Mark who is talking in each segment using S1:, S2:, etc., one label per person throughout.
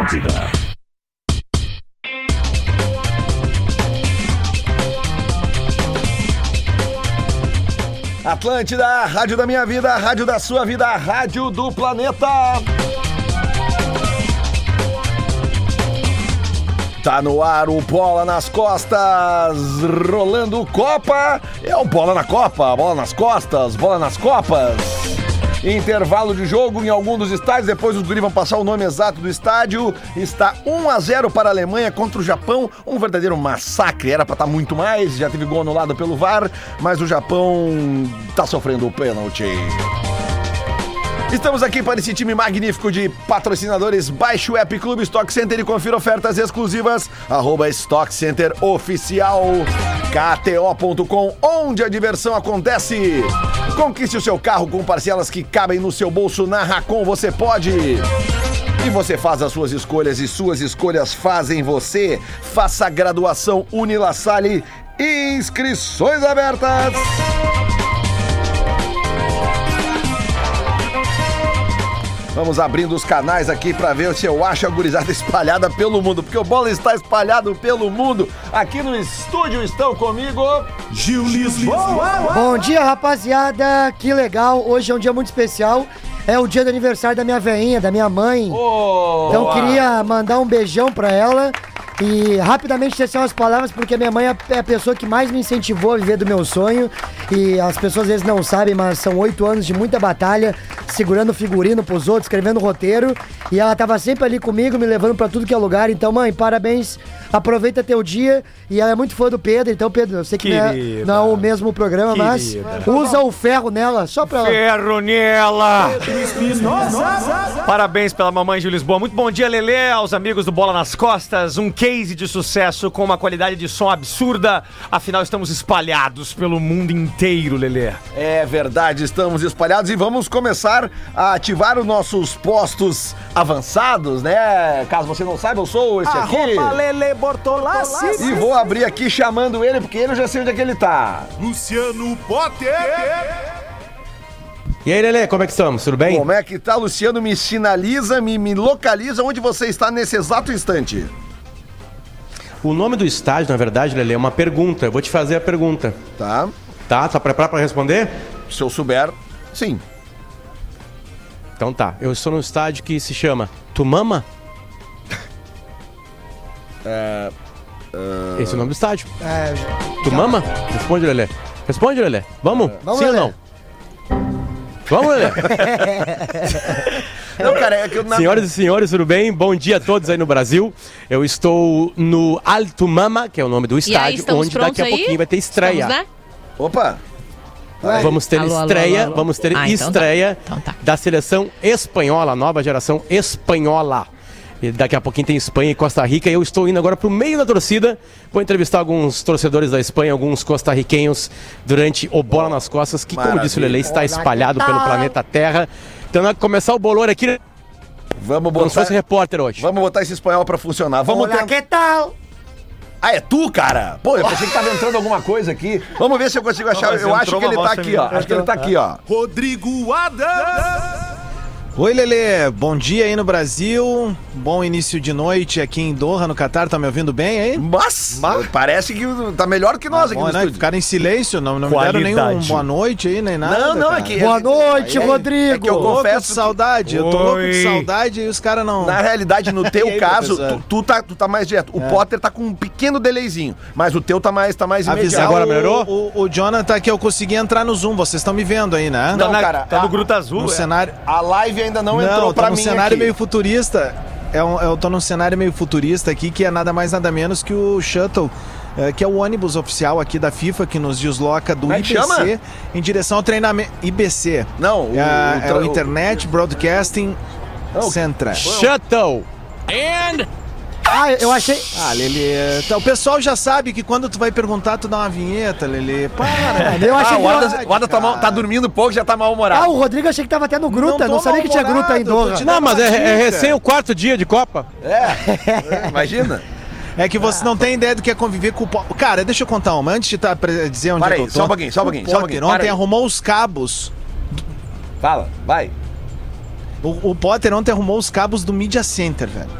S1: música. Atlântida, a rádio da minha vida, a rádio da sua vida, a rádio do planeta. Tá no ar o Bola nas Costas, rolando Copa. É o Bola na Copa, Bola nas Costas, Bola nas Copas. Intervalo de jogo em algum dos estádios, depois os guri vão passar o nome exato do estádio. Está 1 a 0 para a Alemanha contra o Japão, um verdadeiro massacre. Era para estar muito mais, já teve gol anulado pelo VAR, mas o Japão tá sofrendo o pênalti. Estamos aqui para esse time magnífico de patrocinadores. Baixe o app Clube Stock Center e confira ofertas exclusivas. Arroba Stock Center Oficial. KTO.com, onde a diversão acontece. Conquiste o seu carro com parcelas que cabem no seu bolso. Na Racon você pode. E você faz as suas escolhas e suas escolhas fazem você. Faça a graduação Unilassalle. Inscrições abertas. Vamos abrindo os canais aqui pra ver se eu acho a gurizada espalhada pelo mundo, porque o bola está espalhado pelo mundo. Aqui no estúdio estão comigo.
S2: Gil Lisboa.
S3: Bom dia, rapaziada. Que legal. Hoje é um dia muito especial. É o dia do aniversário da minha veinha, da minha mãe.
S1: Ô,
S3: então queria mandar um beijão pra ela e rapidamente tecer umas palavras porque minha mãe é a pessoa que mais me incentivou a viver do meu sonho e as pessoas às vezes não sabem, mas são oito anos de muita batalha, segurando figurino pros outros, escrevendo roteiro e ela tava sempre ali comigo, me levando pra tudo que é lugar. Então, mãe, parabéns. Aproveita teu dia e ela é muito fã do Pedro, então Pedro, eu sei que não é,
S2: Querida.
S3: não é o mesmo programa, mas
S2: Querida.
S3: usa o ferro nela só pra
S4: Ferro nela!
S2: Lisboa.
S4: Parabéns pela mamãe de Lisboa. Muito bom dia, Lelê, aos amigos do Bola nas Costas. Um case de sucesso com uma qualidade de som absurda. Afinal, estamos espalhados pelo mundo inteiro, Lelê.
S1: É verdade, estamos espalhados e vamos começar a ativar os nossos postos avançados, né? Caso você não saiba, eu sou esse aqui.
S2: Lele
S1: E
S2: Bortolassi.
S1: vou abrir aqui chamando ele, porque ele eu já sei onde é que ele tá.
S2: Luciano Potter.
S5: E aí, Lelê, como é que estamos? Tudo bem?
S1: Como é que tá, Luciano? Me sinaliza, me, me localiza onde você está nesse exato instante.
S5: O nome do estádio, na verdade, Lelê, é uma pergunta. Eu vou te fazer a pergunta.
S1: Tá?
S5: Tá? Tá preparado pra responder?
S1: Se eu souber, sim.
S5: Então tá. Eu estou num estádio que se chama Tumama? Esse é o nome do estádio. Tumama? Responde, Lelê. Responde, Lelê. Vamos?
S3: Vamos,
S5: Sim
S3: Lelê.
S5: ou não? Vamos, Lelê.
S1: Não, cara, é que eu na...
S5: Senhoras e senhores, tudo bem? Bom dia a todos aí no Brasil. Eu estou no Alto Mama, que é o nome do
S6: E aí,
S5: estádio,
S6: estamos
S5: onde daqui
S6: prontos
S5: a
S6: aí?
S5: pouquinho vai ter estreia.
S6: Estamos, né?
S1: Opa!
S5: Vamos ter
S6: Alô, alô,
S5: estreia,
S6: alô, alô.
S5: vamos ter
S6: Ah, então tá.
S5: estreia
S6: Então tá.
S5: da seleção espanhola, a nova geração espanhola. E daqui a pouquinho tem Espanha e Costa Rica. E eu estou indo agora para o meio da torcida. Vou entrevistar alguns torcedores da Espanha, alguns costarriquenhos, durante o Bola nas Costas, que, como disse o
S1: Maravilha.
S5: Lele, está espalhado
S3: que
S5: pelo
S3: tá.
S5: planeta Terra. Então, na hora que começar o bolor aqui, né?
S1: Vamos
S5: como se
S1: botar,
S5: fosse repórter hoje.
S1: vamos botar esse espanhol pra funcionar. Vamos
S3: Olá,
S1: tentar.
S3: que tal?
S1: Ah, é tu, cara? Pô, eu pensei que tava entrando alguma coisa aqui. Vamos ver se eu consigo achar.
S2: mas
S1: eu acho
S2: entrou
S1: que ele
S2: uma
S1: tá
S2: voz
S1: aqui, ó.
S2: feminina.
S1: Acho que ele tá aqui, ó.
S2: Rodrigo Adams.
S7: Oi, Lelê. Bom dia aí no Brasil. Bom início de noite aqui em Doha, no Catar. Tá me ouvindo bem aí?
S1: Mas, parece que tá melhor que nós aqui
S7: Bom,
S1: no
S7: né?
S1: estúdio.
S7: Ficaram em silêncio, não, não me deram
S2: Qualidade.
S7: nem um boa noite aí, nem nada.
S1: Não, não,
S7: cara.
S1: é que.
S3: Boa noite,
S1: é- É que eu
S3: Rodrigo.
S7: Tô louco de
S1: confesso. que,
S7: saudade. Eu tô louco
S4: Oi.
S7: de saudade e os caras não.
S1: Na realidade, no teu
S7: E aí,
S1: caso,
S7: professor?
S1: tu, tu tá, tu tá mais direto. O Potter tá com um pequeno delayzinho, mas o teu tá mais, tá mais
S7: Avisar
S1: imediato.
S5: agora
S7: o-
S5: melhorou?
S7: O, o Jonathan que eu consegui entrar no Zoom. Vocês estão me vendo aí, né?
S1: Não, cara,
S4: tá
S8: ah,
S1: a-
S4: no Gruta Azul.
S7: No
S4: é.
S7: cenário.
S1: A live ainda não, entrou
S7: eu tô
S1: pra
S7: tá num
S1: mim.
S7: cenário
S1: aqui.
S7: meio futurista. É um- eu tô num cenário meio futurista aqui que é nada mais nada menos que o Shuttle. eh, que é o ônibus oficial aqui da FIFA que nos desloca do
S1: Como é que chama?
S7: IBC em direção ao treinamento. IBC.
S1: Não,
S7: é, a- é
S1: tra-
S7: o Internet Broadcasting
S1: Não, o-
S7: Central.
S5: Shuttle! And...
S3: Ah, eu achei.
S7: Ah, Lelê. tá, o pessoal já sabe que quando tu vai perguntar, tu dá uma vinheta, Lelê. Para.
S3: Eu
S1: Ah,
S3: achei que
S1: o
S3: eu-
S1: Adas, o Adas tá, mal- tá dormindo pouco, já tá
S3: Ah,
S1: mal-humorado.
S3: o Rodrigo eu achei que tava até no gruta,
S7: Não
S3: não,
S7: tô
S3: sabia que tinha gruta aí em
S7: mal-humorado,
S3: Doha.
S7: tô te
S5: Não, mas é, é recém o quarto dia de Copa.
S1: É, imagina.
S7: É que você não tem ideia do que é conviver com o Potter. Cara, deixa eu contar uma antes de tá pre- dizer onde
S1: Para
S7: é que
S1: aí,
S7: eu tô.
S1: só um pouquinho, só um
S7: O
S1: pouquinho, só um
S7: Potter
S1: pouquinho. Para
S7: ontem
S1: aí.
S7: arrumou os cabos
S1: Fala, vai.
S7: O, o Potter ontem arrumou os cabos do Media Center, velho.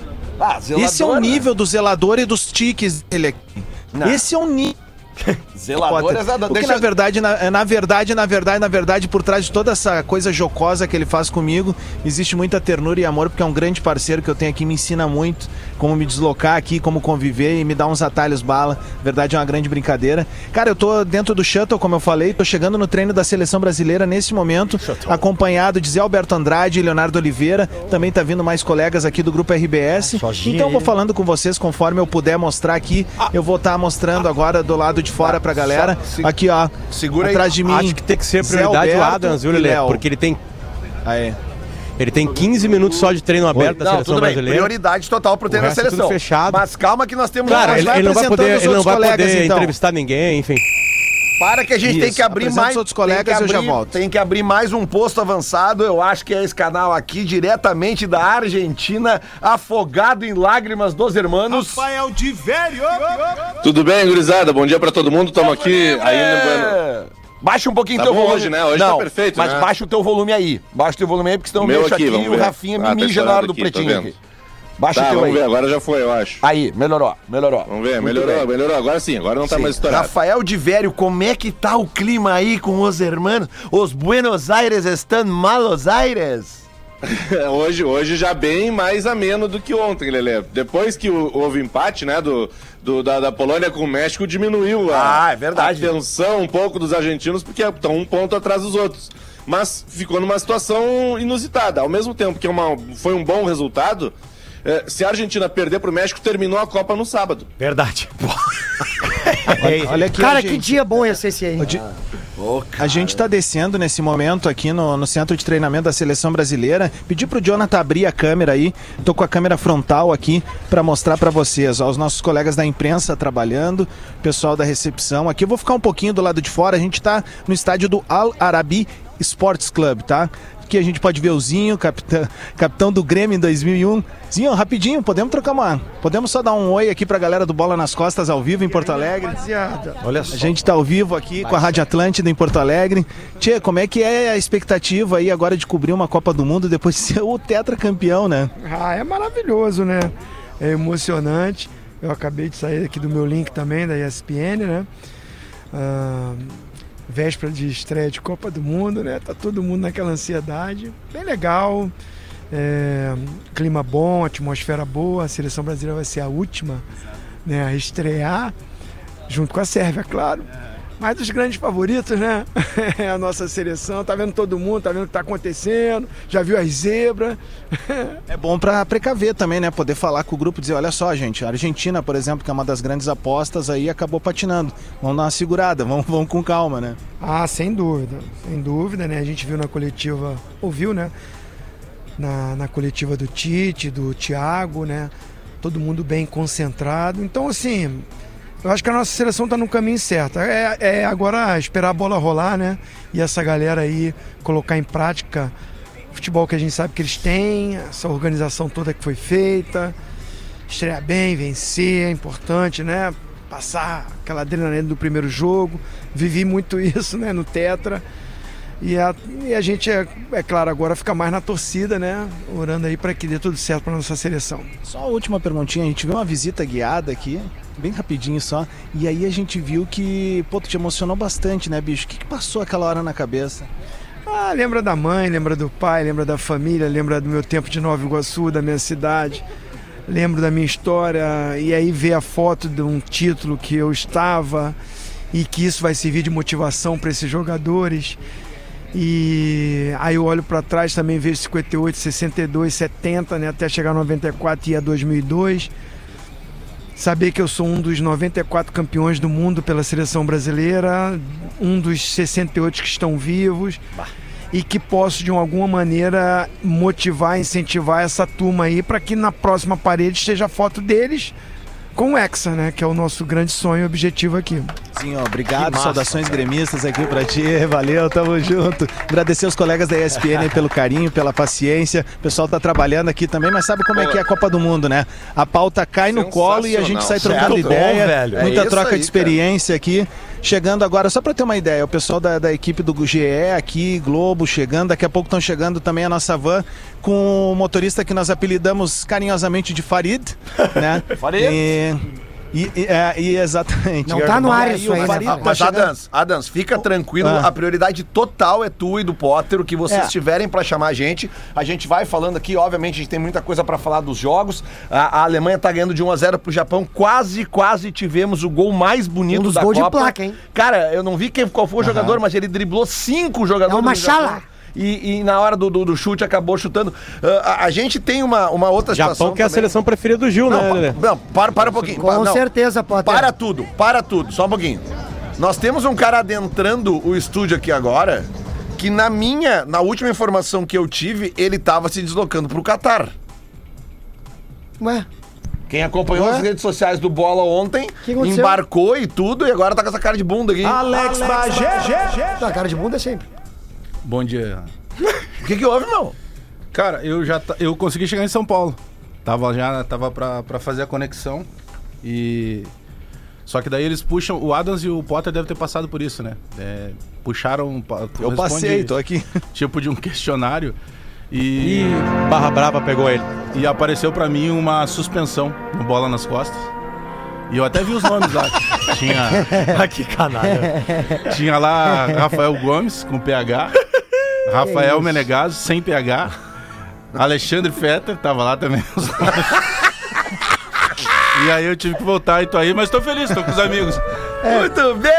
S1: Ah, zelador,
S7: Esse é o
S1: né?
S7: nível do zelador e dos tiques dele aqui.
S1: Não.
S7: Esse é o nível.
S1: Zelador é zelador.
S7: O que
S1: Deixa
S7: na verdade, na, na verdade, na verdade, na verdade, por trás de toda essa coisa jocosa que ele faz comigo, existe muita ternura e amor, porque é um grande parceiro que eu tenho aqui, me ensina muito como me deslocar aqui, como conviver e me dá uns atalhos bala. Na Verdade é uma grande brincadeira. Cara, eu tô dentro do shuttle, como eu falei, tô chegando no treino da seleção brasileira nesse momento, acompanhado de Zé Alberto Andrade e Leonardo Oliveira. Também tá vindo mais colegas aqui do grupo RBS. Então eu vou falando com vocês conforme eu puder mostrar aqui. Eu vou estar mostrando agora do lado de fora pra galera.
S1: Só- se-
S7: Aqui, ó.
S1: Segura aí.
S7: atrás de mim.
S5: Acho que tem que ser
S7: Zé
S5: prioridade o
S7: Alberto
S5: Adams, viu,
S7: e
S5: Lelê?
S7: Léo.
S5: Porque ele tem,
S7: Aí.
S5: ele tem 15 minutos só de treino aberto da
S1: Não,
S5: seleção
S1: tudo bem.
S5: brasileira.
S1: Prioridade total pro treino da
S5: resto é tudo
S1: seleção.
S5: fechado.
S1: Mas calma que nós temos
S5: Cara,
S1: nós
S5: ele,
S1: vai-
S5: ele não vai
S7: apresentando
S5: poder,
S7: os
S5: ele não vai
S7: outros colegas,
S5: poder
S7: então.
S5: entrevistar ninguém, enfim.
S1: Para que a gente
S7: Isso,
S1: tem que abrir
S7: apresenta
S1: mais.
S7: os outros colegas,
S1: tem que
S7: eu já
S1: abrir-
S7: volto.
S1: Tem que abrir mais um posto avançado. Eu acho que é esse canal aqui, diretamente da Argentina, afogado em lágrimas dos hermanos.
S2: Rafael de velho.
S6: Tudo bem, gurizada? Bom dia pra todo mundo. Estamos aqui ainda em Bueno-
S1: É. Baixa um pouquinho o
S6: Tá
S1: teu
S6: bom
S1: volume.
S6: hoje, né? Hoje
S1: não,
S6: tá perfeito,
S1: Mas
S6: né?
S1: baixa o teu volume aí. Baixa o teu volume aí, porque senão eu
S6: Meu
S1: mexo
S6: aqui,
S1: aqui, e
S6: vamos
S1: o
S6: ver.
S1: Rafinha me
S6: Ah, tá
S1: mija na
S6: estourando
S1: hora do
S6: aqui, tô
S1: pretinho
S6: vendo.
S1: aqui. Baixa o
S6: Tá,
S1: teu
S6: vamos
S1: aí.
S6: ver. Agora já foi, eu acho.
S1: Aí, melhorou, melhorou.
S6: Vamos ver,
S1: Muito
S6: melhorou,
S1: bem.
S6: melhorou. Agora sim, agora não tá mais estourado.
S1: Rafael de Vério, como é que tá o clima aí com os hermanos? Os Buenos Aires estão malos Aires?
S6: É, Hoje, hoje já bem mais ameno do que ontem, Lelê. Depois que o- houve empate, né, do, do- da, da Polônia com o México, diminuiu a,
S1: Ah, é verdade.
S6: a tensão um pouco dos argentinos, porque estão um ponto atrás dos outros. Mas ficou numa situação inusitada. Ao mesmo tempo que é uma- foi um bom resultado, eh, se a Argentina perder pro México, terminou a Copa no sábado.
S4: Verdade.
S7: Olha aqui,
S3: Cara,
S7: ó,
S3: que
S7: gente.
S3: dia bom esse esse aí.
S7: A gente tá descendo nesse momento aqui no, no centro de treinamento da seleção brasileira. Pedi pro Jonathan abrir a câmera aí. Tô com a câmera frontal aqui pra mostrar pra vocês, ó, os nossos colegas da imprensa trabalhando, pessoal da recepção. Aqui eu vou ficar um pouquinho do lado de fora. A gente tá no estádio do Al Arabi Sports Club, tá? Aqui a gente pode ver o Zinho, capitã- capitão do Grêmio em 2001. Zinho, rapidinho, podemos trocar uma. Podemos só dar um oi aqui pra galera do Bola nas Costas ao vivo em Porto Alegre.
S4: Olha
S7: A
S4: só.
S7: gente tá ao vivo aqui com a Rádio Atlântida em Porto Alegre. Tchê, como é que é a expectativa aí agora de cobrir uma Copa do Mundo depois de ser o tetracampeão, né?
S9: Ah, é maravilhoso, né? É emocionante. Eu acabei de sair aqui do meu link também, da ESPN, né? Ah, véspera de estreia de Copa do Mundo, né? Tá todo mundo naquela ansiedade. Bem legal. É, clima bom, atmosfera boa. A seleção brasileira vai ser a última né, a estrear, junto com a Sérvia, claro. Mas os grandes favoritos, né? É a nossa seleção. Tá vendo todo mundo, tá vendo o que tá acontecendo. Já viu as zebras.
S7: É bom pra precaver também, né? Poder falar com o grupo e dizer, olha só, gente, a Argentina, por exemplo, que é uma das grandes apostas aí, acabou patinando. Vamos dar uma segurada, vamos, vamos com calma, né?
S9: Ah, sem dúvida, sem dúvida, né? A gente viu na coletiva, ouviu, né? Na, na coletiva do Tite, do Thiago, né? Todo mundo bem concentrado. Então, assim, eu acho que a nossa seleção tá no caminho certo. É, é agora esperar a bola rolar, né? E essa galera aí colocar em prática o futebol que a gente sabe que eles têm, essa organização toda que foi feita. Estrear bem, vencer, é importante, né? Passar aquela adrenalina do primeiro jogo. Vivi muito isso, né? No Tetra. E a, e a gente, é, é claro, agora fica mais na torcida, né? Orando aí para que dê tudo certo para nossa seleção.
S7: Só a última perguntinha, a gente viu uma visita guiada aqui, bem rapidinho só, e aí a gente viu que, pô, tu te emocionou bastante, né, bicho? O que, que passou aquela hora na cabeça?
S9: Ah, lembra da mãe, lembra do pai, lembra da família, lembra do meu tempo de Nova Iguaçu, da minha cidade, lembro da minha história. E aí ver a foto de um título que eu estava e que isso vai servir de motivação para esses jogadores. E aí eu olho para trás também vejo 58, 62, 70, né, até chegar a 94 e a 2002. Saber que eu sou um dos 94 campeões do mundo pela seleção brasileira, um dos 68 que estão vivos e que posso de alguma maneira motivar, incentivar essa turma aí para que na próxima parede esteja a foto deles com o Hexa, né, que é o nosso grande sonho e objetivo aqui.
S7: Zinho, obrigado. Saudações gremistas aqui pra ti. Valeu, tamo junto. Agradecer os colegas da ESPN aí pelo carinho, pela paciência. O pessoal tá trabalhando aqui também, mas sabe como é que é a Copa do Mundo, né? A pauta cai no colo e a gente sai trocando
S1: Certo,
S7: ideia.
S4: bom, velho.
S1: É
S7: Muita
S1: isso
S7: troca
S1: aí,
S7: de experiência aqui. Chegando agora, só para ter uma ideia, o pessoal da, da equipe do GE aqui, Globo, chegando. Daqui a pouco estão chegando também a nossa van com o motorista que nós apelidamos carinhosamente de Farid, né? Farid. E, e- e- é, e exatamente.
S3: Não tá no ar isso aí, né?
S1: Ah,
S3: Farid?
S1: mas Adams, Adams, fica tranquilo,
S7: Ah.
S1: a prioridade total é tu e do Potter, o que vocês
S7: É.
S1: tiverem pra chamar a gente. A gente vai falando aqui, obviamente a gente tem muita coisa pra falar dos jogos. A, a Alemanha tá ganhando de 1 a 0 pro Japão, quase quase tivemos o gol mais bonito
S3: Um dos
S1: da
S3: gols de
S1: Copa.
S3: placa, hein?
S1: Cara, eu não vi quem qual foi o jogador, mas ele driblou cinco jogadores.
S3: É uma
S1: do Japão.
S3: chala.
S1: E, e na hora do, do- do chute acabou chutando. Ah, a, a gente tem uma, uma outra
S5: Japão que é a
S1: também.
S5: seleção preferida do Gil, né,
S1: Não,
S5: Lelê?
S1: pa- não, para, para um pouquinho.
S3: Com
S1: Pa- não.
S3: certeza, Potter.
S1: Para tudo, para tudo, só um pouquinho. Nós temos um cara adentrando o estúdio aqui agora, que na minha, na última informação que eu tive, ele tava se deslocando pro Catar.
S3: Ué,
S1: Quem acompanhou as redes sociais do Bola ontem,
S3: Que aconteceu?
S1: embarcou e tudo, e agora tá com essa cara de bunda aqui.
S2: Alex Bagé.
S3: tua cara de bunda é sempre.
S8: Bom dia.
S1: O que que houve, meu?
S8: Cara, eu já ta- eu consegui chegar em São Paulo. Tava já tava pra, pra fazer a conexão e só que daí eles puxam o Adams e o Potter devem ter passado por isso, né? É, puxaram pa-
S7: Eu
S8: responde
S7: passei, tô aqui.
S8: tipo de um questionário
S5: E
S8: e
S5: Barra Brava pegou ele.
S8: e apareceu pra mim uma suspensão, uma bola nas costas. E eu até vi os nomes lá. tinha
S4: Ah, que canalha.
S8: tinha lá Rafael Gomes com PH, Rafael Menegaso sem PH, Alexandre Fetter tava lá também. os nomes. E aí eu tive que voltar e tô aí, mas tô feliz, tô com os amigos.
S1: Ah, Muito bem,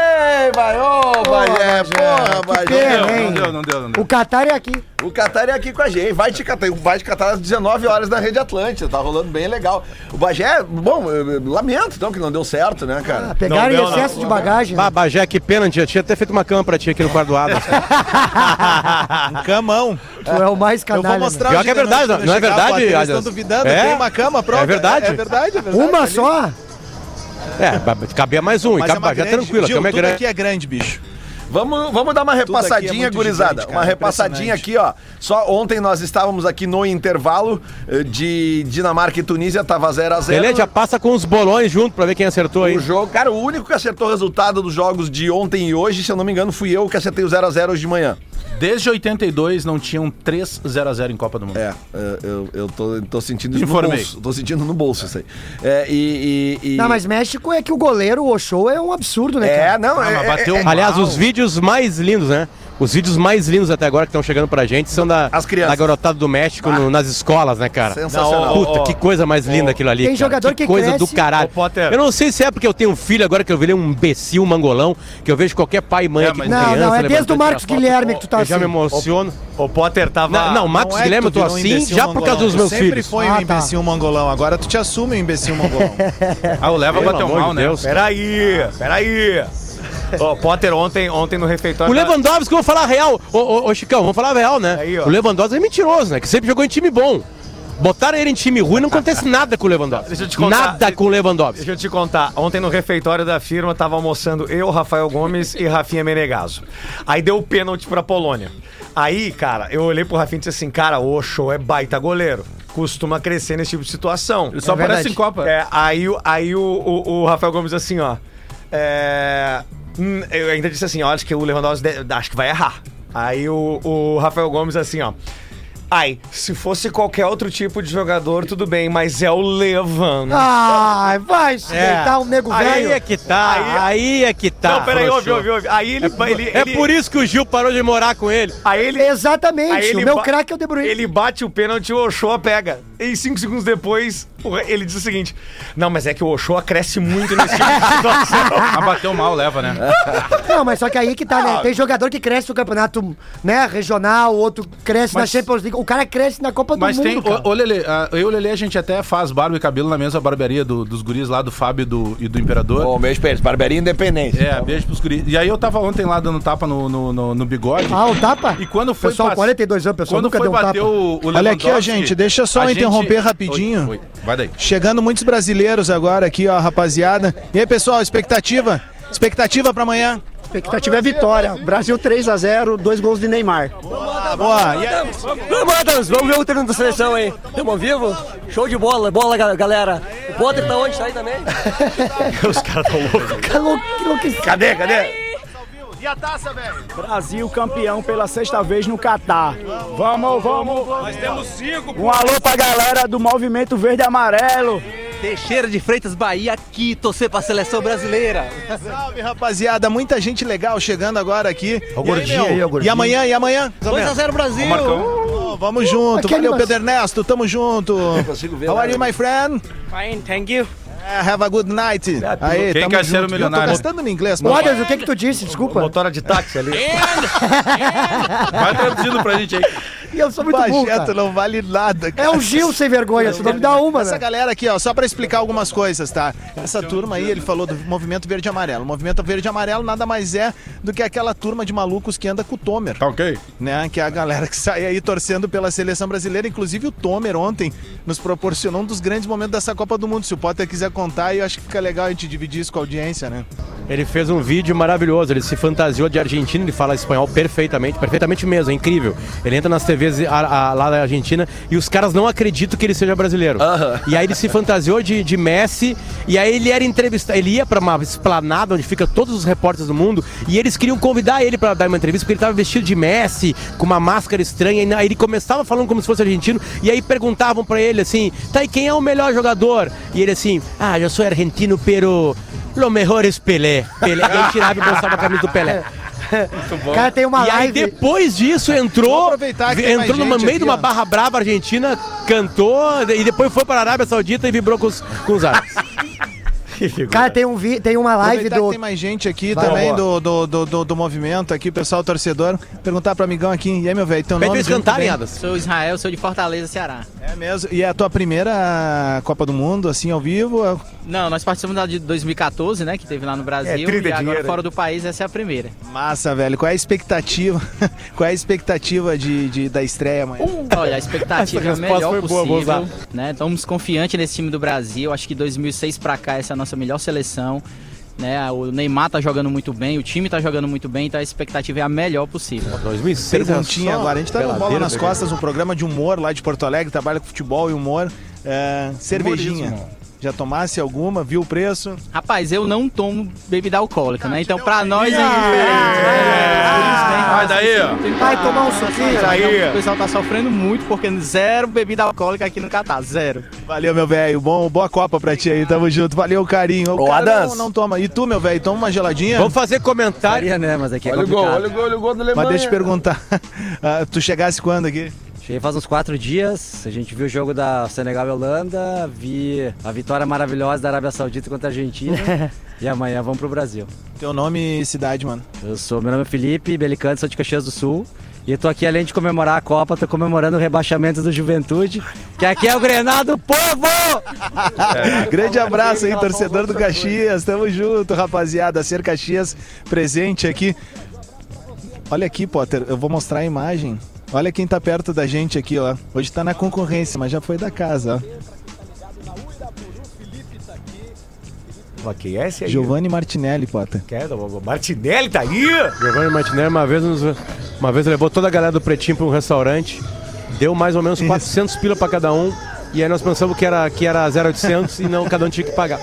S1: Baiô, Bagé, é, porra, Bagé.
S3: pena.
S8: Não,
S3: Bem.
S8: não deu, não deu, não
S3: O
S8: deu.
S3: Catar é aqui.
S1: O Catar é aqui com a gente. Vai te catar, vai te catar às 19 horas na Rede Atlântica. Tá rolando bem legal. O Bagé, bom, eu- eu lamento então que não deu certo, né, cara?
S3: Pegaram
S4: Não, não,
S3: excesso de bagagem. né?
S5: Babajé, que pênalti. Eu tinha até feito uma cama pra ti aqui no quarto do Adams.
S7: Um camão.
S3: Tu é o mais
S7: Eu
S3: canalha.
S7: vou
S3: né?
S7: mostrar
S5: Pior
S7: o
S5: que é
S7: Gigante
S5: verdade,
S7: quando eu
S5: não é
S7: chegar,
S5: verdade,
S7: Potter, Eles
S5: Adams?
S7: estão duvidando,
S5: É?
S7: tem uma cama pronta.
S5: É verdade.
S7: É, verdade, é verdade.
S3: Uma
S7: Ali.
S3: só?
S5: É, ba- cabia mais um. E
S7: Mas é
S5: cabe
S7: uma
S5: Bajé
S7: grande...
S5: tranquilo, a
S7: Gil,
S5: cama é
S7: tudo
S5: grande.
S7: aqui é grande, bicho.
S1: Vamos, vamos dar uma
S7: aqui é
S1: repassadinha,
S7: muito
S1: gurizada.
S7: gigante, cara,
S1: uma repassadinha aqui, ó. Só ontem nós estávamos aqui no intervalo eh, de Dinamarca e Tunísia, tava 0
S6: é
S1: a 0
S5: Lelê, já passa com os bolões junto pra ver quem acertou aí.
S1: O jogo, cara, o único que acertou o resultado dos jogos de ontem e hoje, se eu não me engano, fui eu que acertei o 0 a 0 hoje de manhã.
S8: Desde 82 não tinham 3 0 a 0 em Copa do Mundo.
S1: É, eh, eu, eu tô, tô sentindo isso no
S8: Informei.
S1: bolso. Tô sentindo no bolso isso aí. É, e, e- e-
S3: Não, mas México é que o goleiro, o show é um absurdo, né,
S1: É,
S3: cara?
S1: não,
S8: Ah,
S1: é,
S8: mas
S1: é-
S8: bateu
S1: é-
S8: mal.
S5: Aliás, os vídeos mais lindos, né? Os vídeos mais lindos até agora que estão chegando pra gente são da,
S1: As crianças.
S5: da garotada do México no- nas escolas, né, cara?
S1: Sensacional.
S5: Puta, que coisa mais linda aquilo ali.
S3: Tem
S5: cara.
S3: jogador que
S5: coisa
S3: cresce-
S5: do caralho.
S4: Ô, Potter.
S5: Eu não sei se é porque eu tenho um filho agora que eu virei um imbecil, um mangolão, que eu vejo qualquer pai e mãe
S8: É,
S5: aqui
S8: mas-
S5: com
S3: Não,
S5: criança
S3: não, é
S5: levantando
S3: desde o
S5: e tirar
S3: Marcos
S5: foto.
S3: Guilherme que tu tá
S5: eu já me
S3: assim.
S5: emociono.
S4: O Potter tava.
S5: Não, não, Marcos
S7: Não é que
S5: Guilherme eu
S7: tu
S5: tô
S7: virou um
S5: assim
S7: imbecil
S5: já por causa
S7: mongolão.
S5: dos meus
S7: Tu Sempre
S5: filhos.
S7: foi
S3: Ah,
S7: um
S3: tá.
S7: imbecil mongolão. Agora tu te assume um imbecil mongolão.
S8: Ah, o Leva
S5: Pelo
S8: bateu
S5: amor
S8: mal,
S5: de
S8: né?
S5: Deus.
S4: Peraí, peraí. Ô, Potter, ontem, ontem no refeitório.
S5: O
S4: da-
S5: Lewandowski, vamos falar a real. Ô, ô, ô, Chicão, vamos falar a real, né?
S4: Aí, ó.
S5: o Lewandowski é mentiroso, né? Que sempre jogou em time bom. Botaram ele em time ruim, não acontece nada com o Lewandowski.
S4: Deixa eu te contar.
S5: Nada com o Lewandowski.
S4: Deixa eu te contar. Ontem no refeitório da firma tava almoçando eu, Rafael Gomes e Rafinha Menegaso. Aí deu o pênalti pra Polônia. Aí, cara, eu olhei pro Rafinha e disse assim: cara, o show é baita goleiro. Costuma crescer nesse tipo de situação.
S8: Ele só aparece em Copa.
S4: É, aí o- aí o, o, o Rafael Gomes assim, ó. É, hum, eu ainda disse assim, ó, acho que o Lewandowski de- acho que vai errar. Aí o, o Rafael Gomes assim, ó. Ai, se fosse qualquer outro tipo de jogador, tudo bem, mas é o Levan.
S3: Ai, vai se deitar um nego
S5: Aí é
S3: velho.
S5: que tá, aí, é que tá.
S4: Não, peraí, ouve,
S5: frouxo.
S4: ouve, ouve. Aí ele. ele-
S5: É
S4: ele-
S5: por isso que o Gil parou de morar com ele.
S4: Aí ele.
S3: Exatamente,
S4: aí ele
S3: o meu
S4: ba-
S3: craque é o De Bruyne.
S4: Ele bate o pênalti e o Ochoa pega. E cinco segundos depois, o- ele diz o seguinte: Não, mas é que o Ochoa cresce muito nesse tipo de situação.
S8: Ah, bateu mal, o Leva, né?
S7: É.
S3: Não, mas só que aí que tá, né? Tem jogador que cresce no campeonato né, regional, outro cresce na
S8: Mas-
S3: Champions League. O cara cresce na Copa do
S8: Mas
S3: Mundo,
S8: tem.
S3: cara.
S8: Ô, ô, Lelê, ah, eu e o Lelê, a gente até faz barba e cabelo na mesma barbearia do- dos guris lá do Fábio e do, e do Imperador.
S1: Bom, beijo pra eles. Barbearia Independente.
S8: É, beijo pros guris. E aí eu tava ontem lá dando tapa no, no, no, no bigode.
S3: Ah, o tapa?
S8: E quando foi.
S3: Pessoal,
S8: pass-
S3: 42 anos, pessoal,
S8: quando
S3: nunca
S8: foi
S3: deu um
S8: bater
S3: tapa.
S8: o, o
S7: Olha aqui, ó,
S8: Lewandowski,
S7: gente, deixa eu só
S8: a
S7: interromper
S8: gente-
S7: rapidinho.
S8: Oi, oi, Vai daí.
S7: Chegando muitos brasileiros agora aqui, ó, rapaziada. E aí, pessoal, expectativa? Expectativa pra amanhã?
S10: Expectativa é vitória. Brasil 3 a 0 dois gols de Neymar.
S7: Boa. E aí?
S11: Vamos, Adams, vamos ver o treino da seleção aí. Estamos ao vivo? Show de bola, bola, ga- galera. O outro tá onde? Tá aí também?
S4: Os caras tão loucos.
S1: Cadê, cadê?
S2: E a taça, velho?
S12: Brasil campeão pela sexta vez no Catar. Vamos, vamos.
S2: Nós temos cinco,
S12: Um alô pra galera do Movimento Verde e Amarelo.
S11: Teixeira de Freitas, Bahia, aqui, torcer pra seleção brasileira.
S7: É, Salve, rapaziada. Muita gente legal chegando agora aqui.
S3: Ó o
S7: E aí,
S3: gordinho
S7: meu?
S3: aí, ó o
S7: E
S3: gordinho.
S7: amanhã, e amanhã?
S11: 2x0 Brasil.
S7: Ô, Vamos junto.
S3: Aquele
S7: Valeu,
S3: mas-
S7: Pedro Ernesto. Tamo junto.
S1: consigo ver
S7: How
S1: nada.
S7: are you, my friend?
S12: Fine, thank you.
S7: É, have a good night. Aí,
S8: Quem
S7: tamo
S8: quer ser
S7: junto.
S8: o milionário?
S7: Eu tô gastando no inglês, mano.
S3: Brothers, o que que tu disse? Desculpa.
S4: Motora de táxi ali.
S8: Vai traduzindo pra gente aí.
S3: Eu sou muito burro,
S7: Projeto
S3: cara.
S7: não vale nada, cara.
S3: É um Gil sem vergonha, tu não me dá uma,
S7: Essa
S3: né?
S7: galera aqui, ó, só pra explicar algumas coisas, tá? Essa turma aí, ele falou do movimento verde e amarelo. O movimento verde e amarelo nada mais é do que aquela turma de malucos que anda com o Tomer.
S8: Tá ok?
S7: né? Que é a galera que sai aí torcendo pela seleção brasileira. Inclusive o Tomer ontem nos proporcionou um dos grandes momentos dessa Copa do Mundo. Se o Potter quiser contar, eu acho que fica legal a gente dividir isso com a audiência, né?
S5: Ele fez um vídeo maravilhoso, ele se fantasiou de argentino, ele fala espanhol perfeitamente, perfeitamente mesmo, é incrível. Ele entra nas TVs a- a- lá da Argentina e os caras não acreditam que ele seja brasileiro. E aí ele se fantasiou de, de Messi, e aí ele era entrevistado, ele ia pra uma esplanada onde fica todos os repórteres do mundo, e eles queriam convidar ele pra dar uma entrevista, porque ele tava vestido de Messi, com uma máscara estranha, e aí ele começava falando como se fosse argentino, e aí perguntavam pra ele assim, tá, e quem é o melhor jogador? E ele assim, ah, eu sou argentino, pero... Lo mejor es Pelé. Pelé. Daí ele tirava e mostrava a camisa do
S7: É,
S5: Pelé.
S3: O cara tem uma
S5: e aí
S3: live.
S5: depois disso entrou,
S7: Vamos aproveitar que tem mais
S5: entrou no
S7: gente
S5: meio
S7: aqui,
S5: de uma
S7: ó.
S5: barra brava argentina, cantou e depois foi para a Arábia Saudita e vibrou com os, com os árabes.
S3: O cara tem, um vi- tem uma live
S7: Aproveitar que
S3: do.
S7: tem mais gente aqui
S3: Vai,
S7: também do,
S3: boa.
S7: do, do, do- do movimento aqui, o pessoal torcedor. Perguntar pro amigão aqui, e aí, meu velho, teu
S5: Pede pra
S7: nome?
S5: eles
S7: de um onde tu
S5: cantarem,
S7: vem?
S5: Adas.
S11: Sou Israel, sou de Fortaleza, Ceará.
S7: É mesmo. E é a tua primeira Copa do Mundo, assim, ao vivo?
S11: Não, nós participamos da de 2014, né? Que teve
S5: É,
S11: lá no Brasil. e agora fora do país, essa é a primeira.
S7: Massa, velho. Qual é a expectativa? Qual é a expectativa de, de- da estreia, mãe?
S11: Olha, a expectativa é a melhor
S5: foi
S11: possível.
S5: boa, vou usar.
S11: né? Estamos confiantes nesse time do Brasil. Acho que 2006 pra cá essa é a nossa melhor seleção. Né? O Neymar tá jogando muito bem, o time tá jogando muito bem, então a expectativa é a melhor possível.
S5: 2006
S7: Perguntinha
S5: era só
S7: agora. A gente tá no Bola
S5: peladeira,
S7: nas
S5: velho.
S7: Costas, um programa de humor lá de Porto Alegre, trabalha com futebol e humor. É, cervejinha. Já tomasse alguma, viu o preço?
S11: Rapaz, eu não tomo bebida alcoólica, né? Então pra nós é diferente. É,
S8: Vai daí, ó.
S3: Vai tomar um suquinho.
S11: Aí. O pessoal tá sofrendo muito porque zero bebida alcoólica aqui no Catar, zero.
S7: Valeu, meu velho. Bom, boa Copa pra ti aí. Tamo junto. Valeu, carinho. O
S1: Ô,
S7: cara
S1: Adams.
S7: não, não toma. E tu, meu velho, toma uma geladinha?
S5: Vamos fazer comentário.
S11: né? Mas
S12: é
S11: aqui
S1: Olha o gol, olha o gol, olha o gol da Alemanha.
S7: Mas deixa eu te perguntar. ah, tu chegasse quando aqui?
S12: Cheguei faz uns quatro dias, a gente viu o jogo da Senegal e Holanda, vi a vitória maravilhosa da Arábia Saudita contra a Argentina e amanhã vamos pro Brasil.
S7: Teu nome e cidade, mano.
S12: Eu sou, meu nome é Felipe Belicante, sou de Caxias do Sul e eu tô aqui além de comemorar a Copa, tô comemorando o rebaixamento do Juventude, que aqui é o Grenal do Povo!
S7: Grande abraço aí, torcedor do Caxias. Tamo junto, rapaziada. Ser Caxias presente aqui. Olha aqui, Potter, eu vou mostrar a imagem. Olha quem tá perto da gente aqui, ó. Hoje tá na concorrência, mas já foi da casa, ó.
S4: Ok, esse aí.
S7: Giovanni Martinelli, Potter.
S4: Quer? O Martinelli tá aí!
S5: Giovanni Martinelli uma vez, nos- uma vez levou toda a galera do Pretinho para um restaurante, deu mais ou menos 400 pila para cada um. E aí nós pensamos que era, que era 0,800 e não, cada um tinha que pagar.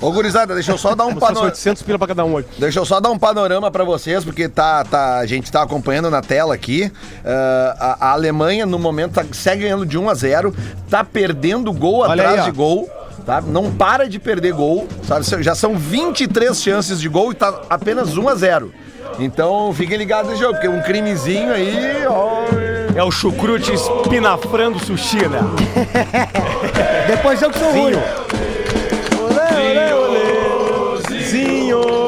S1: Ô, gurizada, deixa eu só dar um
S5: Como se fosse
S1: panorama.
S5: 800 pila para cada um hoje.
S1: Deixa eu só dar um panorama pra vocês, porque tá, tá, a gente tá acompanhando na tela aqui. Ah, a, a Alemanha, no momento, tá- segue ganhando de 1 a 0 tá perdendo gol
S7: Olha
S1: atrás
S7: aí, ó.
S1: de gol. Tá? Não para de perder gol. Sabe? Já são 23 chances de gol e tá apenas 1 a 0 Então fiquem ligados nesse jogo, porque um crimezinho aí. Ó,
S4: É o chucrute espinafrando sushi, né?
S3: Depois eu que sou ruim.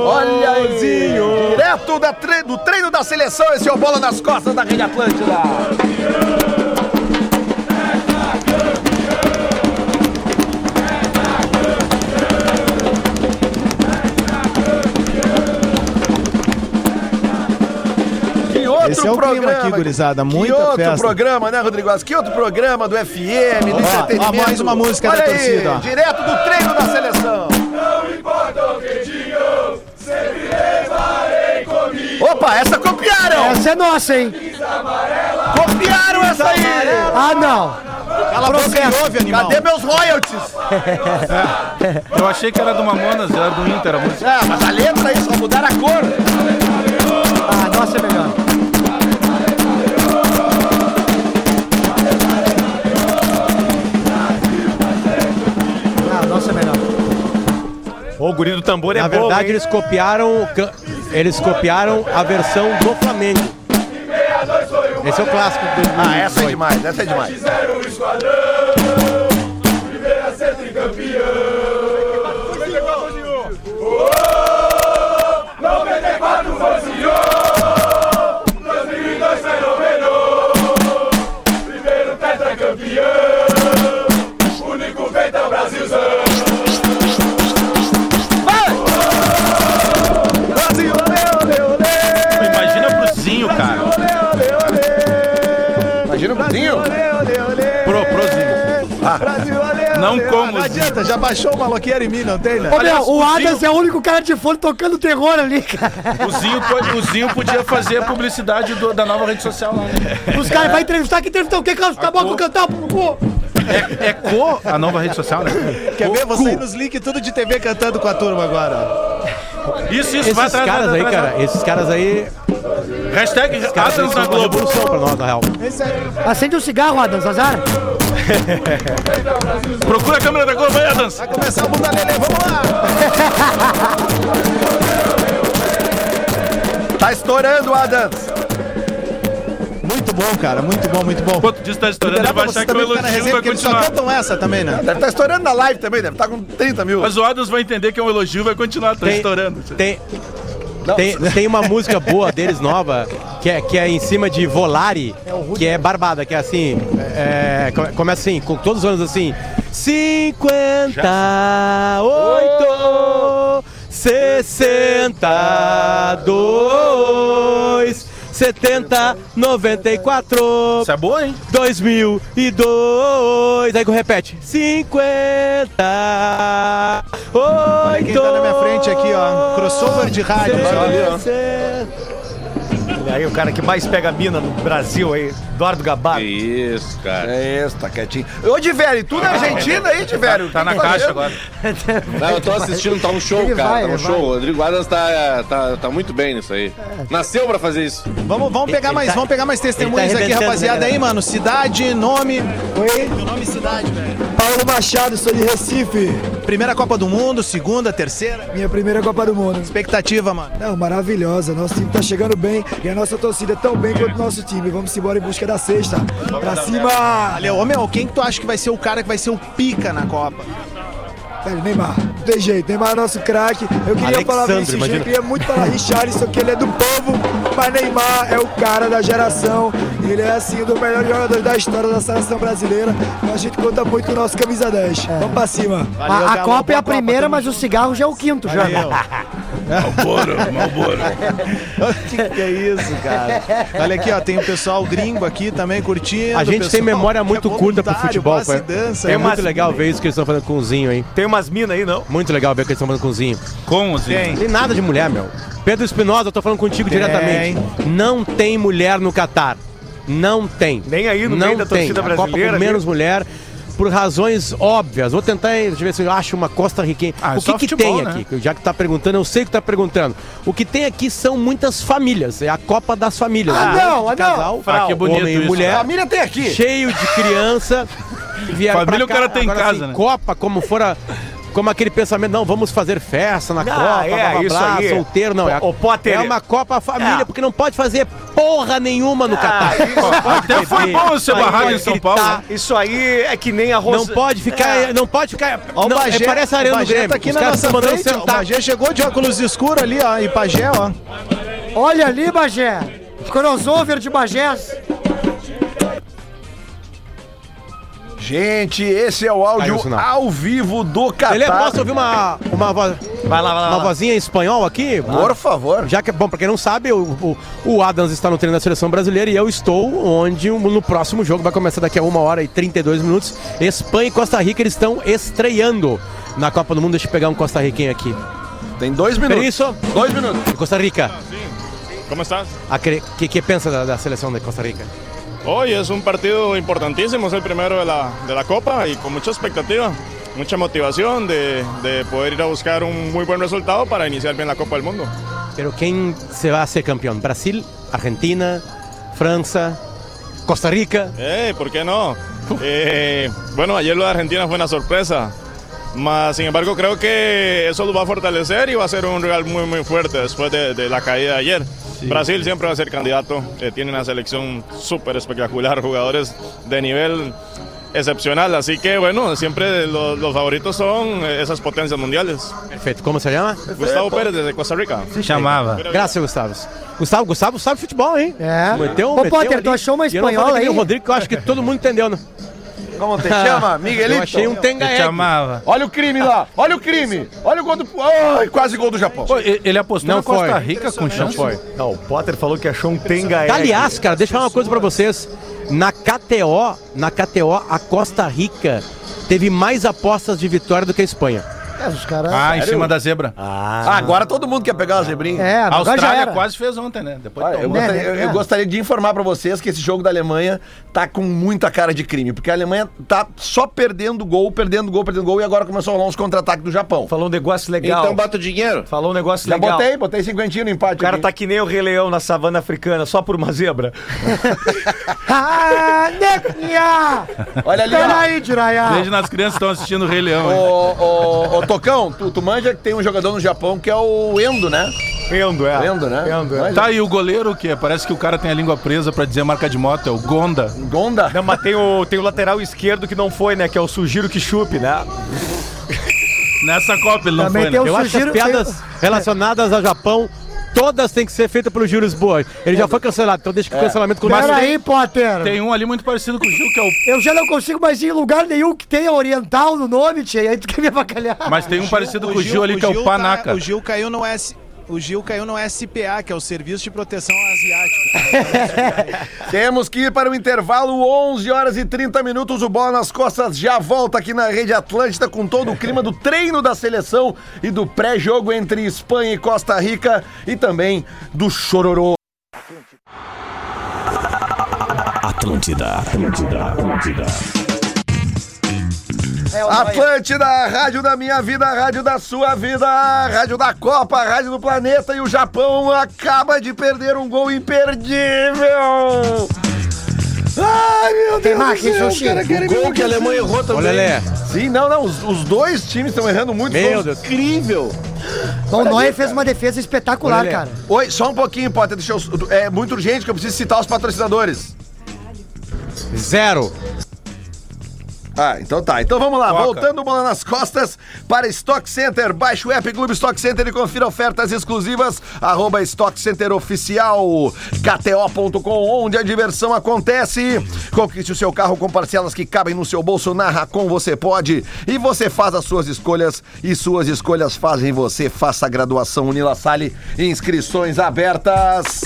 S1: olha aí! Direto da tre- do treino da seleção, esse é o bola nas costas da Rede Atlântida. Que outro
S7: Esse é o clima
S1: programa,
S7: aqui, gurizada,
S1: que
S7: muita
S1: outro
S7: festa.
S1: programa, né, Rodrigo? Mas Que outro programa do FM, do entretenimento.
S7: ó, mais uma música
S1: Olha
S7: da
S1: aí,
S7: torcida, ó.
S1: Direto do treino da seleção. Opa, essa copiaram!
S3: Essa é nossa, hein?
S1: Copiaram essa aí!
S3: Ah, não.
S7: Cala a boca e ouve, animal.
S1: Cadê meus royalties?
S8: Eu achei que era do Mamonas, era do Inter a música.
S1: Ah, mas a letra aí, só mudaram a cor.
S3: Ah, nossa, é melhor. Ah, nossa, é melhor.
S5: O guri do tambor Na
S4: é bom,
S5: verdade,
S4: hein?
S5: eles copiaram o can- eles copiaram a versão do Flamengo. Esse é o clássico do
S1: Ah, essa é demais, essa é demais.
S8: Imagina pro Zinho, cara.
S1: Imagina o Bruninho.
S8: Pro, pro Zinho. Não como
S7: Não adianta, já baixou o maloqueiro em mim, não tem, né?
S3: Ô,
S8: Aliás,
S3: meu, o
S8: o Zinho-
S3: Adams é o único cara de fone tocando terror ali, cara.
S8: O Zinho, po- o Zinho podia fazer a publicidade do- da nova rede social lá. Né?
S3: Os
S5: É.
S3: caras vão entrevistar, que entrevistar o quê? Carlos Taboco cantar, pô.
S8: É, é Co, a nova rede social, né?
S7: Quer
S5: é
S7: ver você aí nos links tudo de TV cantando com a turma agora?
S8: Isso, isso, vai
S5: Esses
S8: atrás,
S5: caras
S8: vai
S5: aí,
S8: atrás, vai
S5: cara, esses caras aí,
S8: atrás. Hashtag
S5: caras aí
S8: Adams
S5: são
S8: na
S5: uma
S8: Globo.
S5: revolução pra nós, na real.
S3: Acende um cigarro, Adams, azar.
S8: Procura a câmera da Globo aí, Adams.
S7: Vai começar o Bunda Lelê, vamos lá!
S1: Tá estourando o Adams.
S7: Muito bom, cara, muito bom, muito bom.
S8: Enquanto disso tá estourando, ele
S7: Liberar pra
S8: vai
S7: você
S8: achar que o
S7: também ficar na
S8: elogio
S7: resenha,
S8: vai
S7: porque eles só
S8: continuar.
S7: cantam essa também, né?
S1: Deve estar estourando na live também, deve estar com 30 mil.
S8: Mas o Adams vai entender que é um elogio e vai continuar, tá
S5: Tem-
S8: estourando.
S5: Tem,
S1: Não.
S5: tem, tem uma música boa deles nova, que é, que é em cima de Volare, que é barbada, que é assim. é, come- começa assim, com todos os anos assim. 58 62 70 94
S8: Isso é boa, hein?
S5: 2002. Aí que repete. 50. Olha
S7: quem tá na minha frente aqui, ó. Crossover de rádio, olha é
S4: Aí o cara que mais pega mina no Brasil aí, Eduardo Gabar.
S6: Isso, cara.
S1: É isso, tá quietinho. Ô, Diverio, tu na Argentina aí, Diverio?
S8: Tá na caixa agora.
S6: Não, eu tô assistindo, tá um show,
S3: Ele
S6: cara.
S3: vai,
S6: tá um
S3: ele
S6: show.
S3: vai. É.
S6: O Rodrigo Adams tá, tá, tá muito bem nisso aí. Nasceu pra fazer isso.
S7: Vamos, vamos pegar
S5: Ele
S7: mais,
S5: tá-
S7: vamos pegar mais
S5: ele
S7: testemunhas
S5: tá
S7: aqui,
S5: arrebentando,
S7: rapaziada
S5: né,
S7: aí, mano. Cidade, nome.
S10: Oi,
S7: Meu nome e cidade, velho.
S10: Paulo Machado, sou de Recife.
S7: Primeira Copa do Mundo, segunda, terceira.
S10: Minha primeira Copa do Mundo.
S7: Expectativa, mano.
S10: Não, maravilhosa. Nosso time tá chegando bem e a nossa torcida tão bem quanto o nosso time. Vamos embora em busca da sexta. Pra cima!
S7: Valeu, ô meu, quem que tu acha que vai ser o cara que vai ser o pica na Copa?
S10: Velho, Neymar, não tem jeito. Neymar é nosso craque. Eu queria
S5: Alexandre,
S10: falar isso,
S5: imagina.
S10: eu queria muito falar Richarlison, que ele é do povo. Mas Neymar é o cara da geração. Ele é, assim, um dos melhores jogadores da história da seleção brasileira. A gente conta muito com o nosso camisa 10.
S7: É.
S10: Vamos pra cima.
S7: Valeu,
S3: a, a
S7: Galo,
S3: Copa é
S7: boa
S3: a primeira,
S7: tamo
S3: mas o cigarro já é o quinto, já.
S7: Que que é isso, cara? Olha aqui, ó, tem o pessoal gringo aqui também curtindo.
S5: A gente
S7: pessoal
S5: tem memória
S7: que
S5: muito
S7: é
S5: curta pro
S7: voluntário,
S5: futebol,
S7: passe e
S5: cara.
S7: dança,
S5: É
S7: né?
S5: muito legal ver isso que eles estão fazendo com o Zinho, hein?
S4: Tem umas minas aí, não?
S5: Muito legal ver o que eles estão fazendo com o Zinho.
S8: Com o Zinho.
S7: Tem.
S5: Tem nada de mulher, meu. Pedro Espinosa, eu tô falando contigo
S7: Tem.
S5: diretamente. Não tem mulher no Catar. Não tem.
S4: Nem aí no
S5: Não
S4: meio da
S5: tem.
S4: torcida
S5: A Copa
S4: brasileira,
S5: com menos mulher. Por razões óbvias. Vou tentar eh, deixa eu ver se eu acho uma Costa Riquenha.
S8: Ah, é
S5: o que,
S8: só
S5: que
S8: futebol,
S5: tem
S8: né?
S5: aqui? Já que tá perguntando, eu sei que tá perguntando. O que tem aqui são muitas famílias. É a Copa das Famílias.
S3: Ah,
S5: Um monte
S3: não,
S5: de
S3: ah, não.
S5: casal,
S8: Ah,
S6: é
S8: que bonito
S5: homem e
S8: isso.
S5: mulher
S1: Família tem aqui.
S5: cheio de criança. que vieram
S8: Família
S5: pra cá.
S8: o cara tem em
S5: Agora,
S8: casa, né?
S5: Copa, como fora. Como aquele pensamento, não, vamos fazer festa na
S4: Não,
S5: Copa,
S4: é, isso aí.
S5: solteiro, não. É, a-
S4: Ô, Potter.
S5: é uma Copa família,
S4: É.
S5: porque não pode fazer porra nenhuma no Catar.
S8: Até foi bom ser barrado em São
S6: tá-
S8: Paulo. né?
S4: Isso aí é que nem a
S5: Não
S4: Rosa...
S5: pode ficar, não pode ficar.
S7: Ó, o
S5: não,
S7: Bagé,
S5: é, parece a arena
S7: o
S5: do
S7: Bagé
S5: Grêmio.
S7: tá aqui
S5: Os
S7: na
S5: caras
S7: nossa
S5: estão mandando
S7: frente, ó. O
S5: sentar.
S7: Bagé chegou de óculos escuros ali, ó, e Pajé, ó.
S3: Olha ali, Bagé. Crossover de Bagés.
S1: Gente, esse é o áudio
S5: Caiu o sinal.
S1: ao vivo do Catar.
S5: Ele posso ouvir uma uma voz,
S4: Vai lá, vai lá.
S1: Ah.
S5: uma
S4: vai lá.
S5: vozinha em espanhol aqui?
S1: Por favor.
S5: Já que, bom, pra quem não sabe, o, o, o Adams está no treino da seleção brasileira e eu estou onde o- no próximo jogo vai começar daqui a uma hora e 32 minutos. Espanha e Costa Rica eles estão estreando na Copa do Mundo. Deixa eu pegar um Costa Riquenho aqui. É
S1: Tem dois minutos.
S5: Isso,
S1: Dois minutos.
S5: Costa Rica.
S13: Ah,
S5: Ah,
S13: ¿Cómo estás?
S5: O que, que pensa da, da seleção da Costa Rica?
S13: Hoy es un partido importantísimo, es el primero de la, de la Copa y con mucha expectativa, mucha motivación de, de poder ir a buscar un muy buen resultado para iniciar bien la Copa del Mundo.
S5: Pero ¿quién se va a ser campeón? ¿Brasil? ¿Argentina? ¿França? ¿Costa Rica?
S13: Eh, ¿por qué no? Eh, bueno, ayer lo de Argentina fue una sorpresa. Mas, sin embargo, creo que eso lo va a fortalecer y va a ser un rival muy, muy fuerte después de, de la caída de ayer. Brasil siempre va a ser candidato. eh, tiene una selección súper espectacular, jugadores de nivel excepcional. Así que, bueno, siempre lo- los favoritos son eh, esas potencias mundiales.
S5: Perfeito. Como se chama?
S13: Gustavo Pérez, desde Costa Rica.
S5: Se chamava. Graças, Gustavo. Gustavo, Gustavo sabe futebol, ¿eh? hein?
S3: É.
S5: Meteu, um-
S3: Ô,
S5: meteu
S3: Potter,
S5: ali.
S3: tu achou uma
S5: E eu não
S3: espanhola
S5: falei que nem
S3: aí?
S5: o Rodrigo, que eu acho que todo mundo entendeu, né?
S1: Como te chama? Miguelito?
S5: Eu achei um tenga
S1: Te chamava. Olha o crime lá. Olha o crime. Olha o gol do... Ai, quase gol do Japão.
S8: e, Ele apostou
S5: Não
S8: na Costa
S5: foi.
S8: Rica com
S5: Não
S8: chance?
S5: foi.
S4: Não, o Potter falou que achou um
S5: Tá
S4: tenga
S5: Aliás, cara, deixa eu falar uma coisa pra vocês. Na KTO, na KTO, a Costa Rica teve mais apostas de vitória do que a Espanha.
S3: É, os caras.
S8: Ah, em cima da zebra.
S1: Ah, agora todo mundo quer pegar uma zebrinha.
S3: É,
S8: a
S3: agora já
S8: Austrália
S3: era.
S8: quase fez ontem, né? Depois
S1: Olha, eu,
S8: tomou.
S1: gostaria, eu- eu gostaria de informar pra vocês que esse jogo da Alemanha tá com muita cara de crime, porque a Alemanha tá só perdendo gol, perdendo gol, perdendo gol e agora começou a rolar uns contra-ataques do Japão.
S4: Falou um negócio legal.
S6: Então bota o dinheiro.
S4: Falou um negócio
S1: Já
S4: legal.
S1: botei, botei cinquentinho no empate.
S4: O cara tá que nem o Rei Leão na savana africana, só por uma zebra.
S3: Ah, Nequinha!
S1: Olha ali, ó.
S3: Peraí, Jiraiya!
S8: Desde nas crianças que estão assistindo o Rei Leão. hein?
S1: Ô, ô, ô, Tocão, tu, tu manja que tem um jogador no Japão que é o Endo, né?
S4: Endo, é.
S1: Endo, né?
S4: Endo, é.
S1: Manja.
S8: Tá, e o goleiro o quê? Parece que o cara tem a língua presa pra dizer marca de moto, é o Gonda.
S1: Gonda?
S4: Não, mas tem o, tem o lateral esquerdo que não foi, né? Que é o Sugiro que chupe, né?
S8: Nessa Copa ele não
S3: Também
S8: foi,
S3: tem um-
S8: né?
S3: o
S5: Eu acho que as
S3: sugiro- É.
S5: piadas relacionadas ao Japão, todas têm que ser feitas pelo Júlio Lisboa. Ele
S3: É.
S5: já foi cancelado, então deixa que o cancelamento comece.
S3: Peraí, Potter!
S8: Tem um ali muito parecido com o Gil, que é o
S3: Eu já não consigo mais ir em lugar nenhum que tenha oriental no nome, tia. Aí tu quer me avacalhar.
S8: Mas tem um parecido com o Gil ali, que é o
S7: tá-
S8: Panaca.
S7: o Gil caiu no S. O Gil caiu no SPA, que é o Serviço de Proteção Asiática.
S1: Temos que ir para o intervalo, 11 horas e 30 minutos. O Bola nas Costas já volta aqui na Rede Atlântida com todo o clima do treino da seleção e do pré-jogo entre Espanha e Costa Rica e também do Chororô.
S14: Atlântida, Atlântida, Atlântida.
S1: Atlântida, rádio da minha vida, rádio da sua vida, rádio da Copa, rádio do planeta e o Japão acaba de perder um gol imperdível. Ai, meu Deus do
S3: marca, hein,
S1: céu,
S3: Xoxi?
S1: o cara quer me
S6: Gol que a Alemanha errou também.
S5: Olha, Lé,
S1: Sim, não, não, os, os dois times estão errando muito.
S5: Meu
S1: gols.
S5: Deus.
S1: Incrível.
S3: Bom, Neuer fez uma defesa espetacular,
S5: Olha,
S3: cara.
S1: Oi, só um pouquinho, Potter. Deixa eu, é muito urgente que eu preciso citar os patrocinadores.
S5: zero.
S1: Ah, então tá. Então vamos lá. Voltando o bola nas costas para Stock Center. Baixe o app Clube Stock Center e confira ofertas exclusivas. Arroba Stock Center Oficial. KTO.com, onde a diversão acontece. Conquiste o seu carro com parcelas que cabem no seu bolso. Na Racon você pode. E você faz as suas escolhas. E suas escolhas fazem você. Faça a graduação Unila Sale. Inscrições abertas.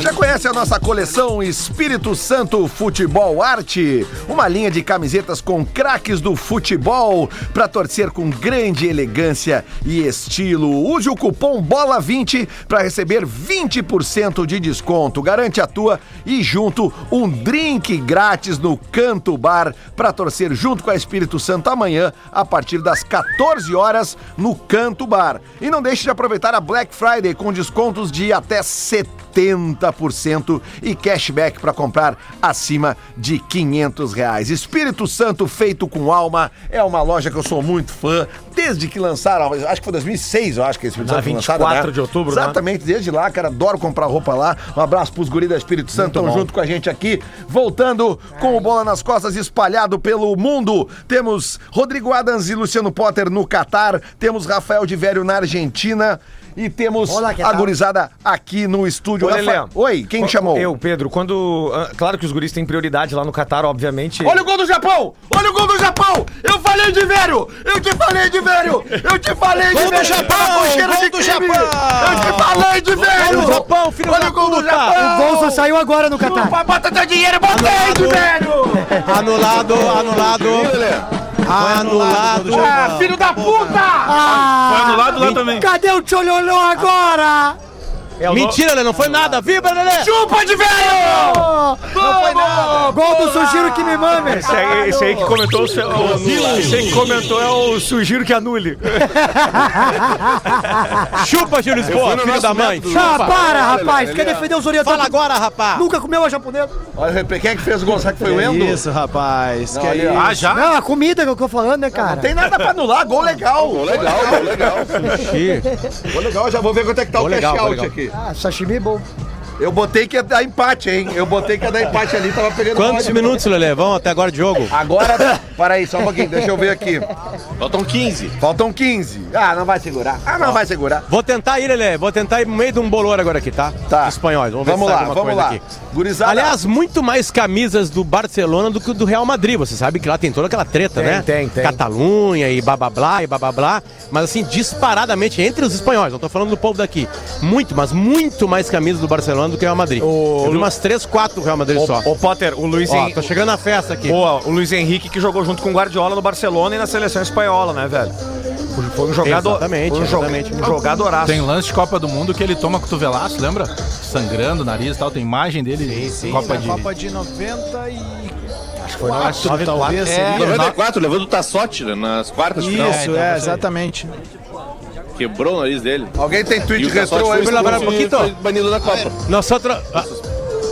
S1: Já conhece a nossa coleção Espírito Santo Futebol Arte? Uma linha de camisetas com craques do futebol para torcer com grande elegância e estilo. Use o cupom BOLA20 para receber 20% de desconto. Garante a tua e junto um drink grátis no Canto Bar para torcer junto com a Espírito Santo amanhã a partir das 14 horas no Canto Bar. E não deixe de aproveitar a Black Friday com descontos de até 70 70% e cashback para comprar acima de 500 reais. Espírito Santo feito com alma é uma loja que eu sou muito fã desde que lançaram, acho que foi 2006, eu acho que é Espírito
S4: Na
S1: Santo foi
S4: 24 de outubro, né?
S1: Exatamente, desde lá, cara, adoro comprar roupa lá. Um abraço pros guris da Espírito Santo, estão junto com a gente aqui. Voltando com o Bola nas Costas espalhado pelo mundo, temos Rodrigo Adams e Luciano Potter no Catar, temos Rafael de Vério na Argentina e temos
S3: Olá, que
S1: a
S3: tal?
S1: gurizada aqui no estúdio.
S4: Ô,
S1: Rafa-
S4: Lelê.
S1: Oi, quem te chamou?
S4: Eu, Pedro, quando. ah, Claro que os guris têm prioridade lá no Catar, obviamente.
S1: Olha o gol do Japão! Olha o gol do Japão! Eu falei de velho! Eu te falei de velho! Eu te falei de velho!
S7: do Japão!
S1: Tá com cheiro
S7: Gol
S1: de
S7: do
S1: crime!
S7: Japão!
S1: Eu te falei de velho!
S5: do Japão, filho
S1: Olha
S5: da
S1: o gol do
S5: puta!
S1: Japão!
S3: O gol só saiu agora no Catar.
S1: Vai, bota teu dinheiro, botei de velho!
S5: Anulado, anulado. Anulado.
S1: Ah, filho da puta!
S3: Ah,
S8: Foi anulado lá também.
S3: Cadê o Tchololó agora?
S5: É o Mentira, Lelê, não foi nada. Vibra, Lelê!
S4: Chupa de velho!
S3: Não foi nada. Gol do Sugiro que me mame.
S4: Esse aí, esse aí que comentou o seu. o- Esse aí que comentou é o sugiro que anule.
S5: Chupa, Júlio
S4: Eu fui
S5: Lisboa,
S4: no
S5: filho
S4: nosso
S5: da mãe.
S4: método.
S5: Chupa.
S3: Ah, para, rapaz. Quer defender os orientais?
S5: Fala agora, rapaz.
S3: Nunca comeu a japonesa?
S1: Olha, quem é que fez o gol? Será que foi o
S7: Que
S1: Endo?
S7: Isso, rapaz.
S1: Não,
S7: que
S1: ali,
S7: é isso?
S1: ó. Ah, já?
S3: Não, a comida que eu tô falando, né, cara?
S1: Não Ah, tem nada pra anular, gol legal. Gol legal, gol legal. Gol legal, já vou ver quanto é que tá
S5: Gol
S1: o cash
S5: legal, gol
S1: out
S5: legal.
S1: aqui.
S3: Ah, sashimi é bom.
S1: Eu botei que ia dar empate, hein? Eu botei que ia dar empate ali, tava pegando
S5: Quantos
S1: ódio.
S5: minutos, Lelê? Vamos até agora de jogo?
S1: Agora, para aí, só um pouquinho, deixa eu ver aqui. Faltam 15. Faltam 15. Ah, não vai segurar. Ah, não vai segurar.
S5: Vou tentar ir, Lelê. Vou tentar ir no meio de um bolor agora aqui, tá? Tá. Espanhóis. Vamos ver
S1: Vamos
S5: se
S1: lá,
S5: sai alguma
S1: vamos
S5: coisa
S1: lá.
S5: aqui.
S1: Gurizada.
S5: Aliás, muito mais camisas do Barcelona do que do Real Madrid. Você sabe que lá tem toda aquela treta,
S4: Tem,
S5: né?
S4: tem, tem.
S5: Catalunha e blá blá blá e blá blá blá. Mas assim, disparadamente entre os espanhóis. Não tô falando do povo daqui. Muito, mas muito mais camisas do Barcelona do que o Real Madrid. Eu vi umas 3, 4 Real Madrid só.
S4: Ô, Potter, o Luiz
S5: Ó,
S4: Henrique.
S5: tô chegando na festa aqui.
S4: Boa, o Luiz Henrique que jogou junto com o Guardiola no Barcelona e na seleção espanhola, né, velho? Foi um jogador.
S5: Exatamente,
S4: foi um joga-
S5: exatamente.
S4: um jogadoraço.
S8: Tem lance de Copa do Mundo que ele toma cotovelaço, lembra? Sangrando o nariz e tal. Tem imagem dele.
S7: Sim,
S8: Copa
S7: na
S8: de.
S7: Copa de 90 e...
S8: Acho que
S7: foi
S8: Acho que
S7: 94,
S8: talvez
S7: é.
S8: seria.
S6: 94, levou do Tassotti né, nas quartas de final.
S5: então
S7: Isso, é, exatamente.
S6: Quebrou o nariz dele.
S1: Alguém tem tweet
S6: E o
S1: retrô
S6: Tassotti
S1: aí?
S6: foi
S5: Vamos lá,
S6: expulso
S5: um
S6: e
S5: pouquinho.
S6: foi banido da Copa.
S5: Nosotros, ah,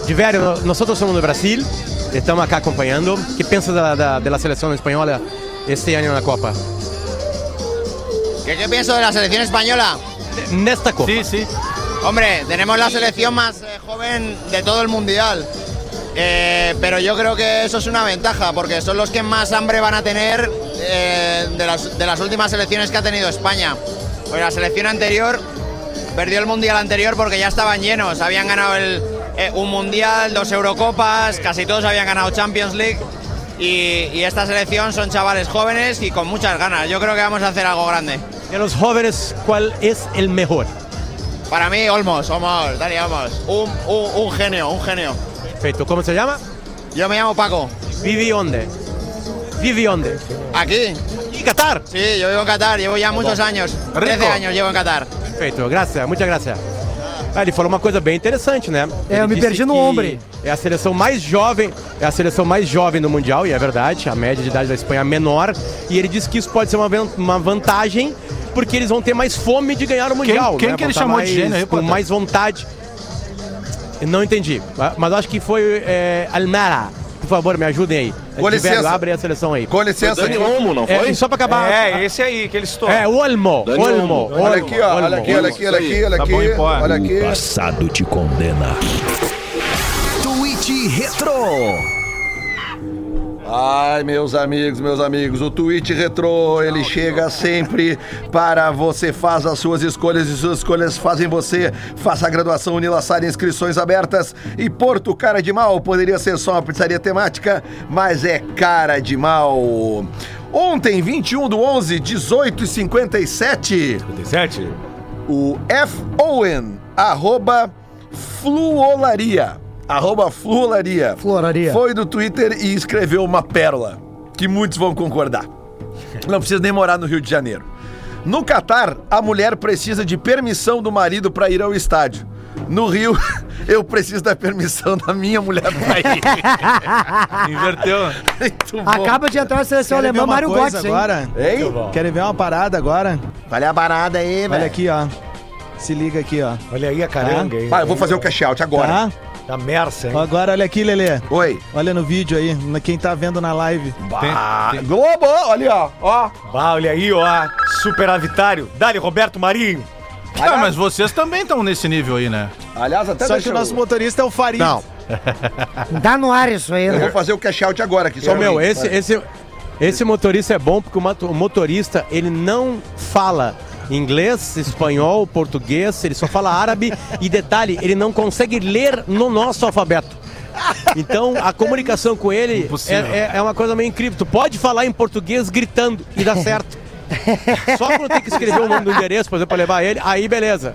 S5: de veras, nosotros somos do Brasil, estamos acá acompanhando. que pensa da, da, da seleção espanhola este ano na Copa?
S15: ¿Qué, qué pienso de la selección española?
S5: Nesta Copa.
S8: Sí, sí.
S15: Hombre, tenemos la selección más eh, joven de todo el mundial. Eh, pero yo creo que eso es una ventaja, porque son los que más hambre van a tener eh, de, las, de las últimas selecciones que ha tenido España. Pues la selección anterior perdió el mundial anterior porque ya estaban llenos. Habían ganado el, eh, un mundial, dos Eurocopas, casi todos habían ganado Champions League. Y, y esta selección son chavales jóvenes y con muchas ganas. Yo creo que vamos a hacer algo grande.
S5: De los jóvenes, ¿cuál es el mejor?
S15: Para mí, Olmos, Olmos, Dani Olmos. Un, un- un genio, un genio.
S5: Perfecto, ¿cómo se llama?
S15: Yo me llamo Paco.
S5: ¿Vive dónde? ¿Vive dónde?
S15: ¿Aquí?
S5: ¿Y Qatar?
S15: Sí, yo vivo en Qatar, llevo ya muchos años. 13 años llevo en Qatar.
S5: Perfeito, graças, muita graça. Ah, ele falou uma coisa bem interessante, né?
S3: É,
S5: Ele
S3: eu me
S5: disse
S3: perdi no
S5: que
S3: ombre.
S5: É a seleção mais jovem, é a seleção mais jovem do Mundial, e é verdade, a média de idade da Espanha é menor. E ele disse que isso pode ser uma, ven- uma vantagem, porque eles vão ter mais fome de ganhar o Mundial.
S8: quem
S5: né?
S8: que ele
S5: Vão tá
S8: chamou de
S5: mais,
S8: gênio aí,
S5: Com
S8: Potter?
S5: mais vontade. Eu Não entendi, mas acho que foi é, Almara. Por favor, me ajudem aí.
S1: Com
S5: Tiver,
S1: licença.
S5: Abre a seleção aí.
S1: Com licença. Foi Dani Olmo, não
S5: É,
S1: foi?
S5: e só pra acabar.
S4: É, esse aí que ele citou.
S5: É, Olmo,
S1: Dani
S5: Olmo,
S1: Olmo. Olha aqui, ó, olha aqui, olha aqui, olha aqui, Tá olha aqui, olha aqui.
S14: O passado te condena.
S1: Tweet Retro. Ai, meus amigos, meus amigos, o tweet retrô, ele chega sempre para você faz as suas escolhas e suas escolhas fazem você. Faça a graduação Unilassar, inscrições abertas e Porto Cara de Mal poderia ser só uma pizzaria temática, mas é cara de mal. Ontem, 21 do 11, 18 e 57,
S4: 57?
S1: o F. Owen, arroba Fluolaria. Arroba Fluolaria.
S3: Fluolaria.
S1: Foi do Twitter e escreveu uma pérola que muitos vão concordar. Não precisa nem morar no Rio de Janeiro. No Catar, a mulher precisa de permissão do marido para ir ao estádio. No Rio, eu preciso da permissão da minha mulher pra ir.
S8: Inverteu.
S1: Muito bom.
S3: Acaba de entrar na seleção
S7: Querem ver
S3: alemã,
S7: uma
S3: Mário
S7: coisa
S3: Götze, hein?
S7: agora?
S1: Hein?
S7: Querem ver uma parada agora?
S1: Olha a parada aí,
S7: Olha
S1: velho.
S7: aqui, ó. Se liga aqui, ó.
S4: Olha aí a caranga aí.
S1: Pai, eu vou fazer o cash out agora.
S7: Tá?
S4: Da Mersa, hein?
S7: Agora olha aqui, Lelê.
S1: Oi.
S7: Olha no vídeo aí, na- quem tá vendo na live.
S1: Ah, Globo, olha ó, ó.
S4: Bah, olha aí, ó. Superavitário. Dali Roberto Marinho.
S8: Ah, mas vocês também estão nesse nível aí, né?
S1: Aliás,
S10: Tá
S1: até
S7: Só
S1: deixa
S7: que o
S1: eu-
S7: nosso motorista é o Farid.
S5: Não.
S3: Dá no ar isso aí,
S1: Eu
S3: né?
S1: vou fazer o cash out agora aqui. Só
S5: Ô,
S1: um
S5: meu,
S1: minuto,
S5: esse,
S1: vai.
S5: esse, esse motorista é bom porque o mato- o motorista ele não fala inglês, espanhol, português, ele só fala árabe e detalhe, ele não consegue ler no nosso alfabeto. Então a comunicação com ele é,
S8: Impossível.
S5: é- é uma coisa meio incrível. Tu pode falar em português gritando e dá certo. Só quando tem que escrever o nome do endereço, por exemplo, pra levar ele, aí beleza.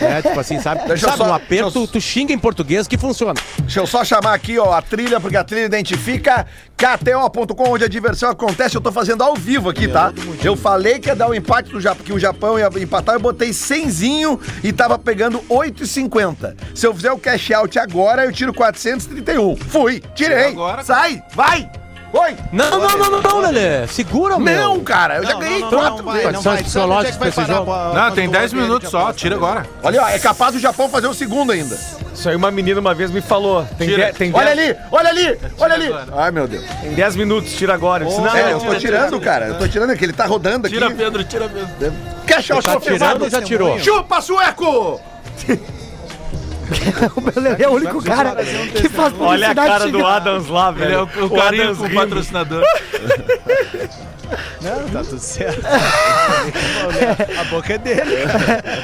S5: É, tipo assim, sabe?
S1: Deixa eu
S5: sabe,
S1: só-
S5: um aperto, tu xinga em português que funciona.
S1: Deixa eu só chamar aqui, ó, a trilha, porque a trilha identifica KTO.com, onde a diversão acontece. Eu tô fazendo ao vivo aqui, tá? Eu falei que ia dar o impacto do Japão, que o Japão ia empatar, eu botei 100zinho e tava pegando 8,50. Se eu fizer o cash out agora, eu tiro 431. Fui, tirei. Sai, vai! Oi!
S5: Não, não, não, não, não, Lelê. Segura, meu.
S1: Não, cara, eu já ganhei quatro vezes.
S5: Condições psicológicas pra esse jogo.
S8: Não, tem 10 minutos ah, só, tira agora.
S1: Olha, ó, é capaz do Japão fazer o segundo ainda.
S4: Isso aí uma menina uma vez me falou. Tem
S8: Tira.
S4: de- tem
S1: Olha
S4: dez-
S1: ali, olha ali, olha ali. Ai, meu Deus.
S4: Tem 10 minutos, tira agora. Eu disse, não,
S1: É,
S4: não,
S1: eu tô
S4: tira,
S1: tirando,
S4: tira.
S1: cara. Eu tô tirando aqui, ele tá rodando aqui.
S8: Tira, Pedro, tira, Pedro.
S1: Cash out
S5: Tá
S1: confirmado.
S5: tirando, já tirou.
S1: Chupa, sueco!
S3: o Lelê é o único cara que faz publicidade
S4: Olha é a cara do
S3: xingando.
S4: Adams lá, velho.
S8: Ele é o, o carinho com o
S4: rindo.
S8: patrocinador.
S7: Não, tá tudo certo. a boca é dele.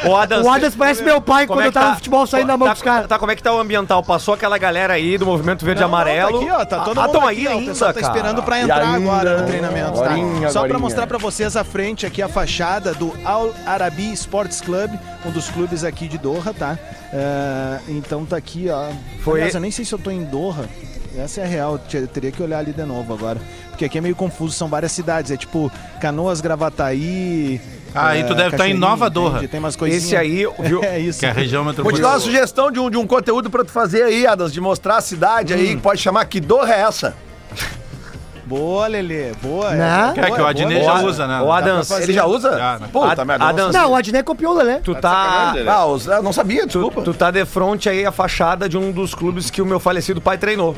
S4: O Adams,
S3: O Adams parece meu pai
S4: Como
S3: quando
S4: é
S3: eu
S4: que
S3: tava
S4: tá?
S3: no futebol saindo na mão
S4: Tá,
S3: dos caras.
S4: tá, como é que tá o ambiental? Passou aquela galera aí do movimento verde e
S7: Não, não,
S4: amarelo.
S7: Tá aqui, ó, tá todo
S4: ah,
S7: mundo
S4: tão
S7: aqui,
S4: aí
S7: ó, O
S4: ainda,
S7: pessoal tá
S4: cara.
S7: esperando pra entrar
S1: ainda,
S7: agora no treinamento, tá?
S1: agorinha,
S7: Só pra
S1: agorinha.
S7: mostrar pra vocês a frente aqui, a fachada do Al Arabi Sports Club, um dos clubes aqui de Doha, tá? É, então tá aqui, ó.
S4: Foi-
S7: Aliás, eu nem sei se eu tô em Doha. Essa é a real, eu teria que olhar ali de novo agora. Porque aqui é meio confuso, são várias cidades. É tipo Canoas, Gravataí.
S8: Ah, aí tu deve tá em
S7: Cachoeirinha,
S8: Nova
S7: entende?
S8: Doha.
S7: Tem umas coisinhas.
S4: Esse aí, viu?
S7: é isso.
S8: Que é
S5: né?
S8: a região
S1: Vou te dar uma
S8: metropolitana.
S1: sugestão de um, de um conteúdo pra tu fazer aí, Adams, de mostrar a cidade aí, que pode chamar que dorra é essa?
S7: Boa, Lelê. Boa.
S3: Né?
S8: Que é que o Adnet já usa, né?
S4: O Adams,
S7: Dá pra
S1: Ele já usa?
S8: Já, né?
S1: Puta
S4: Ad-
S1: merda. eu não
S4: Adams.
S1: sabia.
S3: Não, o Adnet copiou o Lelê.
S4: tu tá.
S6: sacanagem,
S1: Ah, os- eu não sabia, desculpa.
S4: Tu tá de frente aí a fachada de um dos clubes que o meu falecido pai treinou.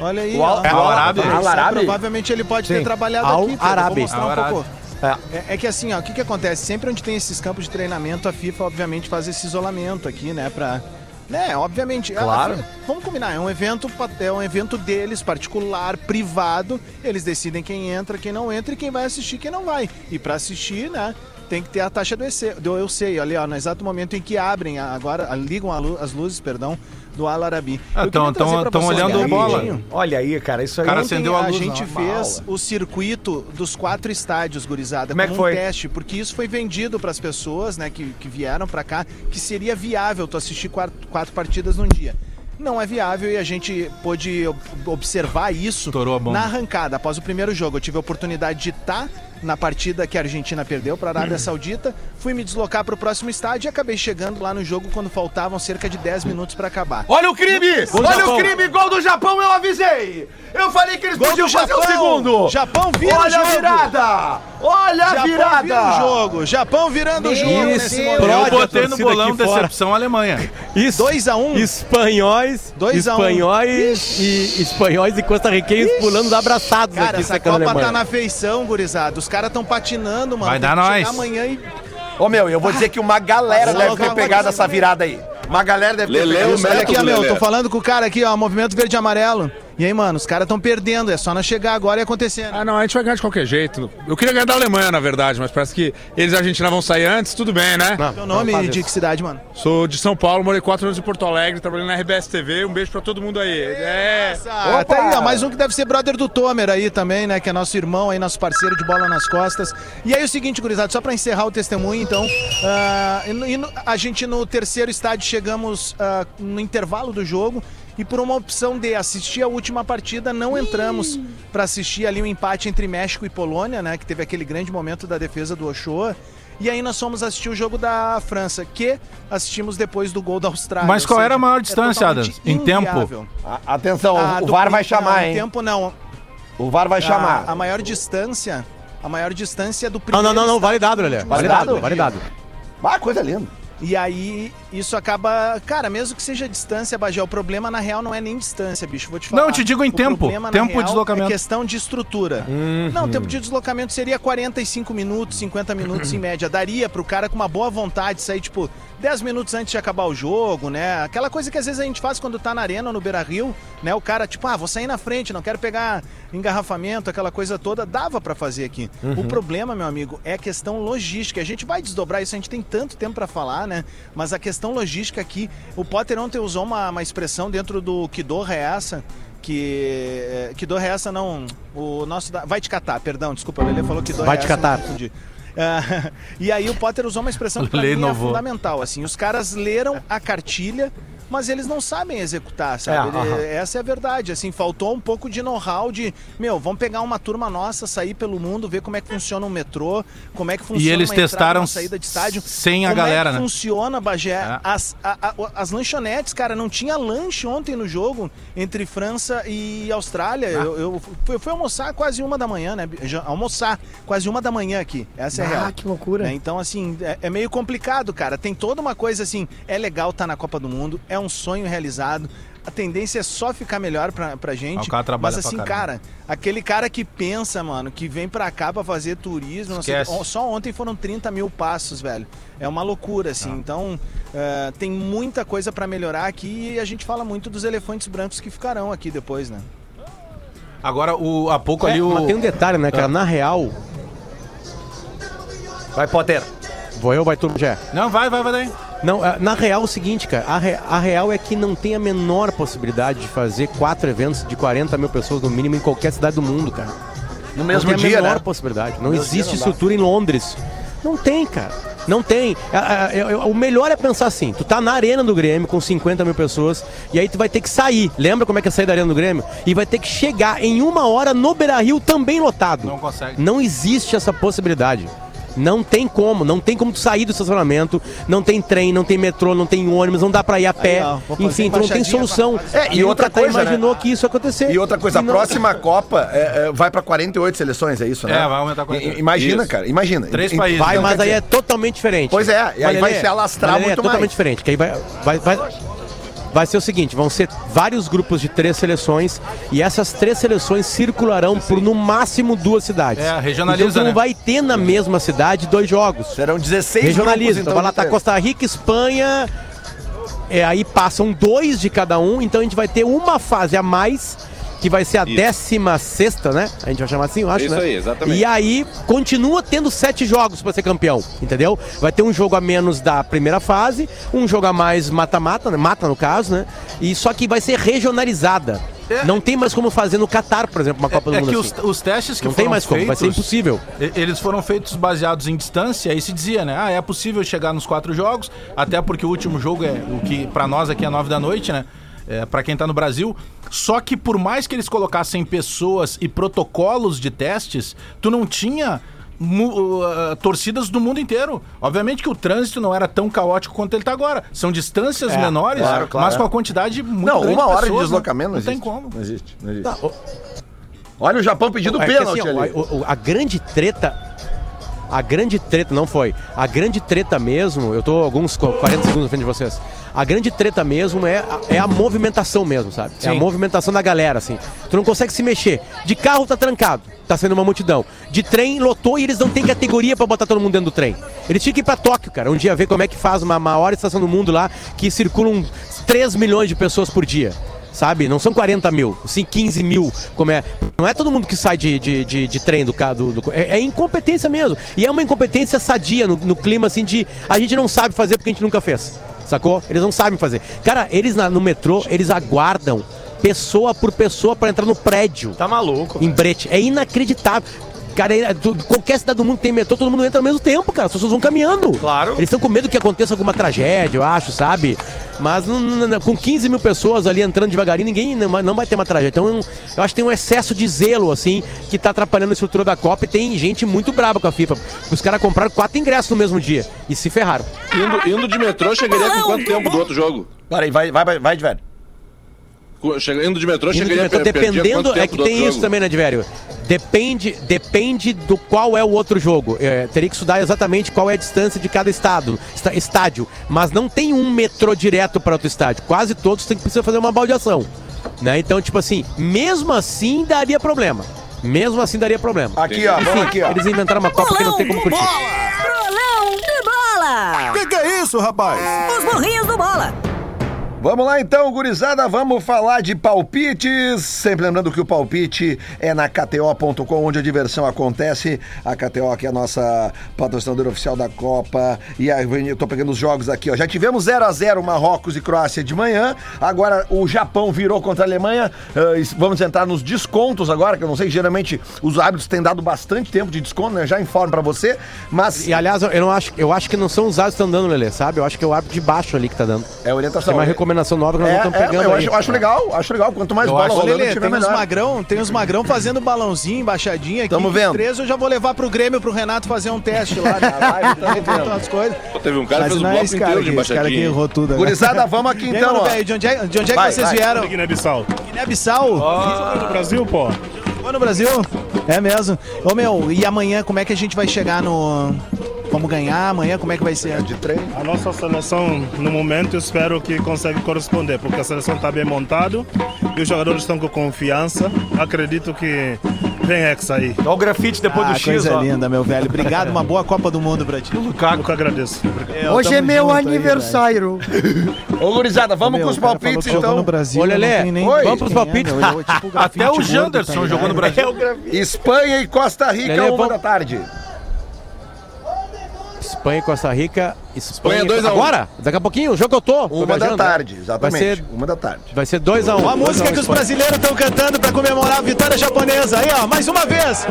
S7: Olha aí.
S4: O Al-
S7: ó.
S4: é Al Arabi?
S7: Isso aí,
S1: Al Arabi?
S7: Então, Provavelmente ele pode
S4: Sim.
S7: ter trabalhado
S5: Al
S7: aqui. Pedro. Vou
S5: Arabi.
S7: mostrar
S8: Al
S7: um
S8: Arabi.
S7: pouco. É, é que assim, ó, o que, que acontece? Sempre onde tem esses campos de treinamento, a FIFA obviamente faz esse isolamento aqui, né? Pra. Né, obviamente. a- a
S4: Claro.
S7: FIFA- vamos combinar, é um evento, pa- é um evento deles, particular, privado. Eles decidem quem entra, quem não entra e quem vai assistir, quem não vai. E pra assistir, né? Tem que ter a taxa do, EC, do eu sei, ali, ó, no exato momento em que abrem a- agora, a- ligam a lu- as luzes, perdão, do Al Arabi.
S8: Ah,
S7: Eu
S8: tão-
S7: queria trazer
S8: tão-
S7: pra
S8: tão
S7: vocês
S8: olhando
S7: bem
S8: bola.
S7: rapidinho.
S4: Olha aí, cara, isso aí.
S8: Cara,
S7: Ontem
S8: acendeu a luz,
S7: gente
S8: né?
S7: fez o circuito dos quatro estádios, gurizada,
S4: Como é que
S7: um
S4: foi?
S7: teste, porque isso foi vendido para as pessoas, né, que, que vieram para cá, que seria viável tu assistir quatro, quatro partidas num dia. Não é viável e a gente pôde ob- observar isso
S8: Estourou a bomba.
S7: na arrancada, após o primeiro jogo. Eu tive a oportunidade de estar na partida que a Argentina perdeu para a Arábia Saudita, fui me deslocar para o próximo estádio e acabei chegando lá no jogo quando faltavam cerca de 10 minutos para acabar.
S1: Olha o crime!
S5: Gol do
S1: Olha
S5: Japão.
S1: o crime! Gol do Japão, eu avisei! Eu falei que eles
S7: Gol
S1: podiam
S7: do
S1: fazer o
S7: Japão!
S1: segundo!
S7: Japão vira o
S1: Olha a
S7: jogo!
S1: virada! Olha
S5: Tá
S1: a virada!
S7: Japão virando o jogo, Japão virando o jogo nesse momento.
S8: Eu
S5: Explode a
S8: botei no
S5: torcida
S8: bolão
S5: aqui fora.
S8: decepção Alemanha.
S5: Isso.
S7: 2 a 1
S5: Espanhóis,
S7: Dois a um.
S5: espanhóis e espanhóis e costarriquenhos pulando abraçados
S7: Cara,
S5: aqui
S7: essa
S5: sacando a
S7: Copa tá
S5: Alemanha.
S7: na feição, gurizada. Os caras tão patinando, mano.
S8: Vai
S7: Tem
S8: dar
S7: que
S8: nós.
S7: chegar amanhã e...
S1: Ô meu, eu vou dizer que é uma galera
S7: Ah,
S1: deve
S7: não,
S1: ter
S7: não,
S1: pegado
S7: não,
S1: essa
S7: não.
S1: virada aí. Uma galera deve ter
S6: Lele,
S1: pegado
S6: o
S1: essa
S7: Olha
S6: Lele
S1: virada.
S7: aqui, ó,
S6: Lelé.
S7: meu. Tô falando com o cara aqui, ó. Movimento verde e amarelo. E aí, mano, os caras tão perdendo. É só nós chegar agora e acontecer. né?
S16: Ah, não, a gente vai ganhar de qualquer jeito. Eu queria ganhar da Alemanha, na verdade, mas parece que eles e a Argentina vão sair antes, tudo bem, né?
S5: Ah,
S7: Meu nome
S5: não
S7: e
S5: faz
S7: de que cidade, mano?
S16: Sou de São Paulo, morei quatro anos em Porto Alegre, trabalhei na RBS TV. Um beijo pra todo mundo aí. É.
S7: Ah, tá aí, ó, mais um que deve ser brother do Tomer aí também, né? Que é nosso irmão aí, nosso parceiro de bola nas costas. E aí o seguinte, gurizada, só pra encerrar o testemunho, então. ah, e no- e no- a gente no terceiro estádio chegamos ah, no intervalo do jogo. E por uma opção de assistir a última partida, não entramos pra assistir ali o empate entre México e Polônia, né? Que teve aquele grande momento da defesa do Ochoa. E aí nós fomos assistir o jogo da França, que assistimos depois do gol da Austrália.
S8: Mas
S7: ou
S8: qual
S7: seja,
S8: era a maior
S7: é
S8: distância,
S7: totalmente
S8: Adams? Em tempo?
S7: inviável.
S1: A- Atenção, o-
S7: Ah,
S1: o
S7: do
S1: VAR vai
S7: Corinthians, não,
S1: chamar, hein?
S7: tempo não. Ah,
S1: O VAR vai chamar.
S7: A, a maior distância, a maior distância é do
S5: Não,
S7: primeiro.
S5: não, não, não,
S7: estádio.
S5: validado, Lelê. Validado, validado.
S1: Ah, coisa linda.
S7: E aí isso acaba, cara, mesmo que seja distância, Bagé, o problema na real não é nem distância, bicho, vou te falar.
S8: Não, eu te digo em
S7: O
S8: tempo.
S7: problema, na
S8: Tempo e
S7: real,
S8: deslocamento.
S7: É questão de estrutura. Não, o tempo de deslocamento seria 45 minutos, 50 minutos em média. Daria pro cara com uma boa vontade sair, tipo, 10 minutos antes de acabar o jogo, né? Aquela coisa que às vezes a gente faz quando tá na arena ou no Beira Rio, né? O cara, tipo, ah, vou sair na frente, não quero pegar engarrafamento, aquela coisa toda. Dava pra fazer aqui. O problema, meu amigo, é a questão logística. A gente vai desdobrar isso, a gente tem tanto tempo pra falar, né? Mas a questão logística aqui, o Potter ontem usou uma, uma expressão dentro do que Dorra é essa? que. eh, Que dor é essa, não. O nosso. da- Vai te catar, perdão, desculpa, o Lele falou que dor
S5: Vai
S7: é
S5: te
S7: essa,
S5: catar.
S7: eu confundi. Ah, e aí o Potter usou uma expressão que pra
S5: Lele
S7: mim é
S5: inovou.
S7: fundamental, assim. Os caras leram a cartilha, mas eles não sabem executar, sabe?
S5: É,
S7: Ele-
S5: aham.
S7: essa é a verdade, assim, faltou um pouco de know-how de, meu, vamos pegar uma turma nossa, sair pelo mundo, ver como é que funciona o metrô, como é que funciona
S8: eles
S7: uma entrada,
S8: testaram
S7: uma saída de estádio.
S8: sem a
S7: Como é que
S8: galera, né?
S7: funciona, Bagé.
S8: É.
S7: As, a- a- o- as lanchonetes, cara, não tinha lanche ontem no jogo entre França e
S8: Ah.
S7: Austrália. Eu, eu fui, eu fui almoçar quase uma da manhã, né? Já- Almoçar quase uma da manhã aqui. Essa é
S3: Ah,
S7: a real.
S3: que loucura.
S7: Né? Então, assim, é, é meio complicado, cara. Tem toda uma coisa assim, é legal estar na Copa do Mundo, é um sonho realizado. A tendência é só ficar melhor pra, pra gente.
S8: Ah, o cara trabalha
S7: mas
S8: pra
S7: assim,
S8: caramba.
S7: cara, aquele cara que pensa, mano, que vem pra cá pra fazer turismo, não sei o quê.
S8: Esquece.
S7: O- só ontem foram 30 mil passos, velho. É uma loucura, assim. Então, é, tem muita coisa pra melhorar aqui e a gente fala muito dos elefantes brancos que ficarão aqui depois, né?
S8: Agora, o, há pouco
S5: É,
S8: ali o. Ah.
S5: Mas tem um detalhe, né, cara? Na real.
S4: Vai, Potter.
S5: Vou eu, vai tu, Jé.
S8: Não, vai, vai, vai daí.
S5: Não, é, na real é o seguinte, cara. A, re- a real é que não tem a menor possibilidade de fazer quatro eventos de 40 mil pessoas no mínimo em qualquer cidade do mundo, cara.
S17: No mesmo
S5: não tem
S17: dia,
S5: a menor
S17: né?
S5: possibilidade. Não
S17: No mesmo
S5: existe
S17: dia não dá.
S5: estrutura em Londres. Não tem, cara. Não tem. A- a- eu- eu- O melhor é pensar assim: tu tá na arena do Grêmio com 50 mil pessoas, e aí tu vai ter que sair. Lembra como é que é sair da arena do Grêmio? E vai ter que chegar em uma hora no Beira Rio também lotado.
S8: Não consegue.
S5: Não existe essa possibilidade. Não tem como, não tem como tu sair do estacionamento, não tem trem, não tem metrô, não tem ônibus, não dá pra ir a pé.
S17: ó, vou fazer
S5: Enfim, tu não tem
S17: embaixadinha
S5: solução.
S17: pra- É, e
S5: Nunca
S17: outra
S5: até
S17: coisa, né?
S5: imaginou que isso ia acontecer.
S17: E outra coisa, a
S5: não-
S17: próxima Copa é, é, vai pra 48 seleções, é isso, né?
S5: É, vai aumentar 48.
S17: I- Imagina,
S5: Isso.
S17: cara, imagina.
S5: Três
S17: E- e-
S5: países. Vai,
S17: então,
S5: mas
S17: quer
S5: aí é totalmente diferente.
S17: Pois é, e aí
S5: Mas,
S17: vai
S5: Lelê,
S17: se alastrar
S5: mas, Lelê,
S17: muito
S5: é totalmente
S17: mais.
S5: diferente. Que aí vai, vai, vai, vai ser o seguinte, vão ser vários grupos de três seleções e essas três seleções circularão por no máximo duas cidades.
S8: É, regionaliza,
S5: Então tu não
S8: né?
S5: vai ter na mesma cidade dois jogos.
S17: Serão 16
S5: Regionaliza,
S17: grupos,
S5: então
S17: então,
S5: vai lá tá
S17: de três.
S5: Costa Rica, Espanha, é, aí passam dois de cada um, então a gente vai ter uma fase a mais, que vai ser a décima sexta, né? A gente vai chamar assim, eu acho,
S6: Isso
S5: né?
S6: aí, exatamente.
S5: E aí continua tendo sete jogos pra ser campeão, entendeu? Vai ter um jogo a menos da primeira fase, um jogo a mais mata-mata, né? Mata no caso, né? E só que vai ser regionalizada. Não tem mais como fazer no Catar, por exemplo, uma Copa do
S8: É
S5: Mundo
S8: que
S5: assim.
S8: os, os testes que
S5: Não
S8: foram
S5: tem mais como, vai ser
S8: feitos,
S5: impossível.
S8: e- Eles foram feitos baseados em distância e se dizia, né? Ah, é possível chegar nos quatro jogos, até porque o último jogo é o que pra nós aqui é nove da noite, né? É, para quem tá no Brasil. Só que por mais que eles colocassem pessoas e protocolos de testes, tu não tinha mu- uh, torcidas do mundo inteiro. Obviamente que o trânsito não era tão caótico quanto ele tá agora. São distâncias
S17: É,
S8: menores,
S17: claro, claro,
S8: mas
S17: é.
S8: com a quantidade muito
S17: Não,
S8: grande
S17: uma hora de
S8: pessoas, né?
S17: deslocamento não,
S8: não
S17: existe.
S8: tem como.
S17: Não existe, não existe.
S5: Tá, o-
S17: Olha o Japão pedindo
S5: É que
S17: pênalti
S5: assim, ó,
S17: ali.
S5: o- o- a grande treta. A grande treta, não foi. A grande treta mesmo, eu tô alguns co- 40 segundos na frente de vocês. A grande treta mesmo é, a- é a movimentação mesmo, sabe? É a
S17: Sim.
S5: movimentação da galera, assim. Tu não consegue se mexer. De carro tá trancado, tá sendo uma multidão. De trem lotou e eles não têm categoria pra botar todo mundo dentro do trem. Eles tinham que ir pra Tóquio, cara. Um dia ver como é que faz uma maior estação do mundo lá que circulam 3 milhões de pessoas por dia sabe? Não são 40 mil, sim 15 mil, como é. Não é todo mundo que sai de, de, de, de trem do carro. Do, do- é, é incompetência mesmo. E é uma incompetência sadia no, no clima assim de a gente não sabe fazer porque a gente nunca fez. Sacou? Eles não sabem fazer. Cara, eles na- no metrô, eles aguardam pessoa por pessoa pra entrar no prédio. Tá
S4: maluco?
S5: Em brete. É inacreditável. Cara, é- tu- qualquer cidade do mundo que tem metrô, todo mundo entra ao mesmo tempo, cara. As pessoas vão caminhando. Claro. Eles estão com medo que aconteça alguma tragédia, eu acho, sabe? Mas não- não- não- com 15 mil pessoas ali entrando devagarinho, ninguém não, vai- não vai ter uma tragédia. Então eu, eu acho que tem um excesso de zelo, assim, que tá atrapalhando a estrutura da Copa e tem gente muito brava com a FIFA. Os caras compraram quatro ingressos no mesmo dia e se ferraram.
S6: Indo, indo de metrô, chegaria com quanto tempo do outro jogo?
S17: Peraí, vai, vai, vai, vai de velho.
S6: Indo de metrô,
S5: Indo de
S6: chegaria
S5: metrô,
S6: per- perdia
S5: dependendo,
S6: quanto tempo
S5: é que
S6: do
S5: tem
S6: outro
S5: isso
S6: jogo?
S5: também, né, Diverio? Depende, depende do qual é o outro jogo. É, teria que estudar exatamente qual é a distância de cada estado, esta- estádio. Mas não tem um metrô direto para outro estádio. Quase todos têm que precisar fazer uma baldeação. Né? Então, tipo assim, mesmo assim daria problema. Mesmo assim daria problema.
S17: Aqui, ó, vamos aqui, ó.
S5: Eles inventaram uma Copa que não tem como curtir.
S18: Rolão de bola!
S17: é isso, rapaz?
S18: Os burrinhos do bola!
S1: Vamos lá então, gurizada, vamos falar de palpites. Sempre lembrando que o palpite é na KTO.com, onde a diversão acontece. A KTO, que é a nossa patrocinadora oficial da Copa. E aí, eu tô pegando os jogos aqui, ó. Já tivemos 0 a 0 Marrocos e Croácia de manhã. Agora o Japão virou contra a Alemanha. Ah, isso- vamos entrar nos descontos agora, que eu não sei, geralmente os árbitros têm dado bastante tempo de desconto, né? Já informo pra você. Mas.
S5: E aliás, eu não acho, eu acho que não são os árbitros que estão dando, Lelê, sabe? Eu acho que é o árbitro de baixo ali que tá dando.
S1: É orientação.
S5: É uma recomendação nova que nós
S1: É,
S5: não estamos
S1: é,
S5: pegando.
S1: eu
S5: aí.
S1: acho, eu acho legal, acho legal. Quanto mais
S5: Eu
S1: bola
S5: acho,
S1: rolando,
S5: Lelê,
S1: tiver
S5: tem
S7: Tem uns
S1: melhor.
S7: magrão, tem uns magrão fazendo balãozinho, embaixadinha aqui.
S1: Tamo vendo.
S7: Três eu já vou levar pro Grêmio, pro Renato fazer um teste lá. As coisas. é
S6: Pô, teve um cara que fez um bloco inteiro de embaixadinha.
S7: né?
S1: Gurizada, vamos aqui
S7: E aí,
S1: então,
S7: mano,
S1: ó.
S7: velho, de onde é, de onde é
S1: Vai,
S7: que vocês
S1: vai.
S7: vieram?
S1: De
S7: Guiné-Bissau. Guiné-Bissau? no Brasil, pô. Foi no Brasil? É mesmo. Ô, meu, e amanhã como é que a gente vai chegar no... Vamos ganhar amanhã? Como é que vai ser?
S1: De trem.
S18: A nossa seleção, no momento, eu espero que consegue corresponder, porque a seleção está bem montada e os jogadores estão com confiança. Acredito que vem Hexa aí.
S4: Olha o grafite depois
S7: ah,
S18: do X,
S7: coisa
S18: ó.
S7: linda, meu velho. Obrigado, uma boa Copa do Mundo pra ti.
S18: Caco. Eu que agradeço.
S7: Eu,
S3: Hoje é
S7: tamo
S3: meu
S7: junto aí,
S3: aniversário.
S1: Ô, gurizada, vamos
S7: Meu,
S1: com os
S7: o cara falou
S1: palpites,
S7: que jogou
S1: então.
S7: no Brasil, Ô, Lelê, eu não tenho nem
S1: Oi.
S7: ideia vamos pros quem é, palpites. meu, eu, tipo, grafite
S8: Até o gordo, Janderson tá ligado? jogou no Brasil. É o
S1: Espanha e Costa Rica,
S5: Lelê,
S1: uma
S5: vamos-
S1: da tarde.
S5: Espanha e Costa Rica. Espanha,
S1: Espanha, dois a um.
S5: Agora? Daqui a pouquinho, o jogo que eu tô. tô
S1: Uma
S5: viajando,
S1: da tarde,
S5: né?
S1: exatamente.
S5: Vai ser,
S1: Uma da tarde.
S5: vai ser dois a um.
S7: Ó a música que os brasileiros estão cantando pra comemorar a vitória japonesa. Aí, ó, mais uma vez.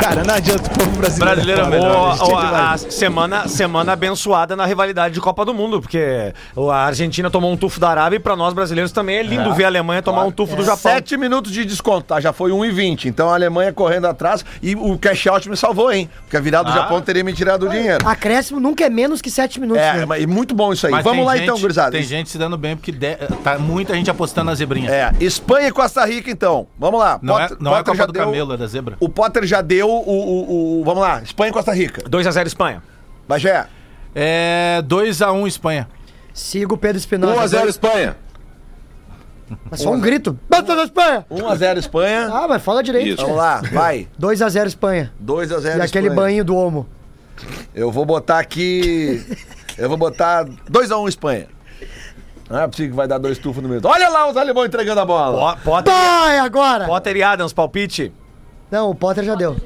S7: Cara, não adianta o povo brasileiro.
S4: Brasileiro
S7: é foda,
S4: melhor.
S7: né?
S4: a, a semana, semana abençoada na rivalidade de Copa do Mundo, porque a Argentina tomou um tufo da Arábia e pra nós brasileiros também é lindo
S1: É.
S4: ver a Alemanha tomar um tufo
S1: É.
S4: do Japão.
S1: Sete minutos de desconto, tá? Já foi 1,20. Então a Alemanha correndo atrás e o cash out me salvou, hein? Porque a virada do
S3: Ah.
S1: Japão teria me tirado o dinheiro.
S3: Acréscimo nunca é menos que 7 minutos.
S1: É,
S3: né?
S1: mas- e muito bom isso aí.
S8: Ah, Mas
S1: Vamos
S8: tem
S1: lá
S8: gente-
S1: então, gurizada.
S8: Tem gente se dando bem porque de- tá muita gente apostando na zebrinha.
S1: É, Espanha e Costa Rica, então. Vamos lá.
S8: Não é- não é a Copa
S1: já
S8: do
S1: deu-
S8: Camelo, é da zebra.
S1: O Potter já deu o. o- o- vamos lá, Espanha e Costa Rica.
S4: 2x0 Espanha.
S1: Bagé.
S8: É 2x1 Espanha.
S3: Sigo o Pedro
S1: Um
S3: Espinosa.
S6: 1x0 Espanha.
S3: Mas só um grito. Bota da Espanha!
S1: 1x0 Espanha.
S3: Ah, mas fala direito.
S1: Isso. Vamos lá, vai.
S3: 2x0 Espanha.
S1: 2 a 0
S3: E aquele
S1: Espanha.
S3: banho do Homo.
S1: Eu vou botar aqui. eu vou botar 2x1 Espanha. Não é possível que vai dar dois tufos no meio. Olha lá os alemães entregando a bola.
S4: Potter,
S3: Vai agora!
S4: Potter e Adams, palpite.
S3: Não, o Potter já deu.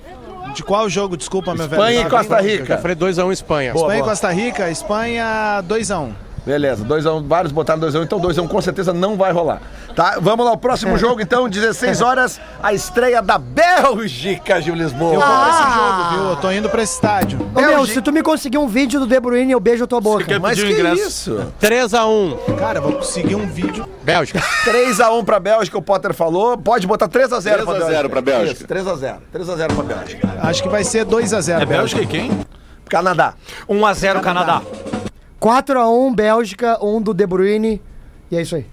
S7: De qual jogo? Desculpa, meu velho. Tá bem?
S5: Eu falei 2x1 Espanha.
S7: Espanha e Costa Rica, Espanha 2x1.
S1: Beleza, 2x1, vários botaram 2x1, então 2x1 com certeza não vai rolar. Tá, vamos lá, o próximo jogo então, 16 horas, a estreia da Bélgica, Gil Lisboa. Ah,
S7: Eu vou pra esse jogo, viu? Eu tô indo pra esse estádio.
S3: Ô, meu, se tu me conseguir um vídeo do De Bruyne, eu beijo a tua boca.
S1: Mas que isso?
S5: 3x1.
S7: Cara, vou conseguir um vídeo.
S5: Bélgica.
S1: 3x1 pra Bélgica, o Potter falou. Pode botar 3x0 pra
S6: 3 a 0
S1: Bélgica.
S6: pra Bélgica.
S1: Isso, 3x0. 3x0 pra Bélgica.
S7: Acho que vai ser 2x0.
S1: É Bélgica e
S8: quem?
S1: Canadá.
S4: 1x0 Canadá.
S3: 4x1 Bélgica, 1 do De Bruyne. E é isso aí.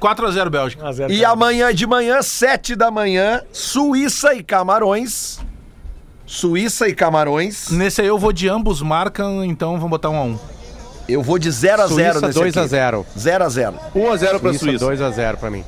S8: 4x0 Bélgica.
S1: E amanhã de manhã, 7 da manhã, Suíça e Camarões. Suíça e Camarões.
S8: Nesse aí eu vou de ambos marcam, então vamos botar 1x1.
S1: Eu vou de 0x0
S5: Suíça
S1: nesse
S5: 2x0.
S1: 0x0.
S6: 1x0 pra Suíça.
S5: 2x0 pra mim.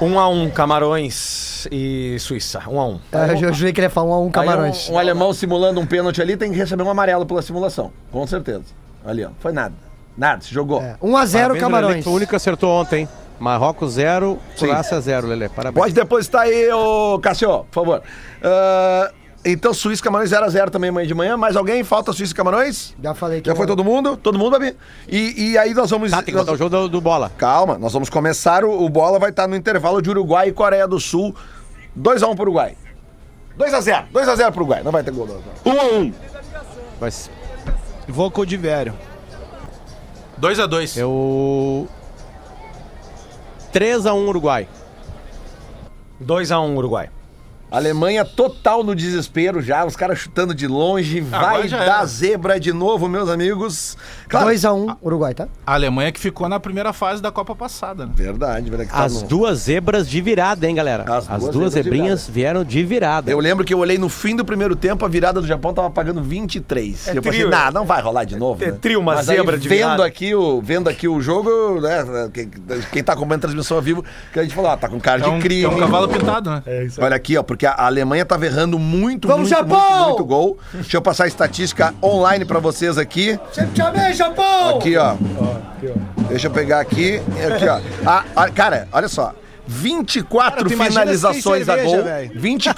S4: 1x1 Camarões e Suíça. 1x1.
S3: É, eu jurei que ele ia falar 1x1 Camarões.
S1: Aí Um, um alemão simulando um pênalti ali tem que receber um amarelo pela simulação, com certeza. Ali, ó. Foi nada. Nada, se jogou.
S3: 1 É, a 0
S5: Parabéns, Lelê, que foi o único que acertou ontem. Marrocos 0, Croácia 0, Lelê. Parabéns.
S1: Pode depositar aí, ô Cassio, por favor. Ah, então, Suíça e Camarões 0x0 também amanhã de manhã. Mais alguém? Falta Suíça e Camarões?
S3: Já falei que
S1: Já foi
S3: eu-
S1: todo mundo? Todo mundo, Babi? E, e aí nós vamos...
S5: Tá, tem que botar o jogo do, do Bola.
S1: Calma, nós vamos começar. O, o Bola vai estar no intervalo de Uruguai e Coreia do Sul. 2x1 pro Uruguai. 2x0. 2x0 pro Uruguai. Não vai ter gol.
S6: 1x1.
S5: Vai ser.
S7: Vou com o de velho.
S8: 2x2.
S5: Eu. 3x1 Uruguai.
S4: 2x1 Uruguai.
S1: Alemanha total no desespero já, os caras chutando de longe,
S4: Ah,
S1: vai
S8: já
S1: dar
S8: era.
S1: zebra de novo, meus amigos.
S3: 2x1 Uruguai, tá?
S8: A Alemanha que ficou na primeira fase da Copa passada, né?
S1: Verdade, verdade. que tá
S5: As
S1: no-
S5: duas zebras de virada, hein, galera?
S1: duas
S5: As, duas,
S1: zebras de
S5: zebrinhas vieram de virada.
S1: Eu lembro que eu olhei no fim do primeiro tempo, a virada do Japão tava pagando 23.
S4: É
S1: eu pensei,
S4: trio.
S1: nah, não vai rolar de novo.
S4: É
S1: né?
S4: trio, uma
S1: Mas aí,
S4: zebra de
S1: vendo
S4: virada.
S1: aqui o Vendo aqui o jogo, né? Quem, quem tá acompanhando a transmissão ao vivo, que a gente falou, ah, tá com cara
S8: É um,
S1: de crime.
S8: é um cavalo pintado, né?
S1: Olha aqui, ó, porque a Alemanha tava errando muito,
S3: Vamos,
S1: muito,
S3: Japão!
S1: muito, muito gol. Deixa eu passar a estatística online pra vocês aqui.
S3: Sempre te amei, Japão!
S1: Aqui, ó. Deixa eu pegar aqui. Aqui, ó. Ah, ah, cara, olha só. 24
S9: Cara, tu imagina
S1: finalizações
S9: se tem
S1: a gol.
S9: cerveja, velho.
S1: 20,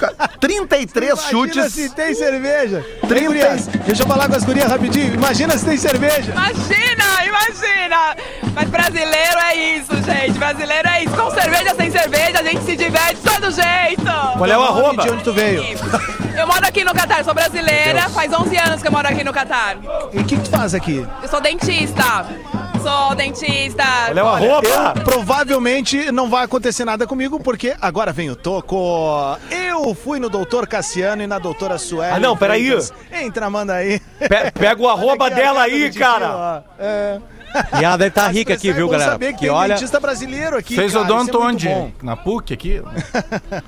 S1: 33
S9: Imagina
S1: chutes.
S9: se tem cerveja.
S1: 30.
S9: Gurias, deixa eu falar com as gurias rapidinho. Imagina se tem cerveja.
S19: Imagina, imagina! Mas brasileiro é isso, gente. Brasileiro é isso. Com cerveja, sem cerveja, a gente se diverte de todo jeito.
S9: Qual é o arroba? De onde tu veio?
S19: Eu moro aqui no Catar, sou brasileira. Faz 11 anos que eu moro aqui no Catar.
S9: E o que que tu faz aqui?
S19: Eu sou dentista. Sou dentista.
S7: Olha,
S19: Eu-
S7: Eu, provavelmente não vai acontecer nada comigo, porque agora vem o Toco. Eu fui no doutor Cassiano e na doutora Sueli.
S4: Ah, não, peraí.
S7: Freitas. Entra, manda aí.
S4: Pe- pega o arroba
S7: Olha aqui,
S4: dela
S7: ó,
S4: aí,
S7: rapidinho,
S4: cara.
S7: ó. É.
S5: E ela deve estar Tá rica aqui,
S7: É
S5: viu,
S7: bom
S5: galera?
S7: saber que
S5: Porque
S7: tem
S5: olha.
S7: dentista brasileiro aqui,
S8: Fez
S7: cara,
S8: odonto
S7: isso é muito
S8: onde?
S7: bom.
S8: Na PUC aqui?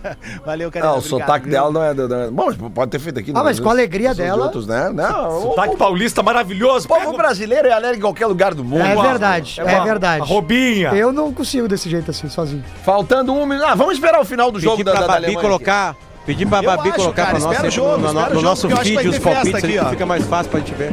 S5: É,
S7: Valeu, cara.
S1: Não, Ah, o sotaque dela não é, do- não é- Bom, pode ter feito aqui.
S3: Ah,
S1: né?
S3: mas com a alegria
S1: São de
S3: dela.
S1: Outros, né? Não,
S4: Sotaque Tá paulista maravilhoso.
S1: O povo brasileiro é alérgico em qualquer lugar do mundo.
S3: É verdade, é,
S1: uma-
S3: verdade.
S1: uma Roubinha.
S3: Eu não consigo desse jeito assim, sozinho.
S1: Faltando um minuto. Ah, vamos esperar o final do jogo
S5: Pedir
S1: da,
S5: pra
S1: da, da
S5: Babi
S1: Alemanha
S5: colocar. Pedir pra
S1: Eu
S5: Babi
S1: acho,
S5: colocar
S1: cara,
S5: pra nós
S1: espera o
S5: sempre
S1: jogo,
S5: no- no,
S1: espera o
S5: no
S1: jogo,
S5: nosso
S1: que eu acho que
S5: feed
S1: vai
S5: os
S1: ter festa
S5: palpites ali,
S1: aqui, ó.
S5: fica mais fácil pra gente ver.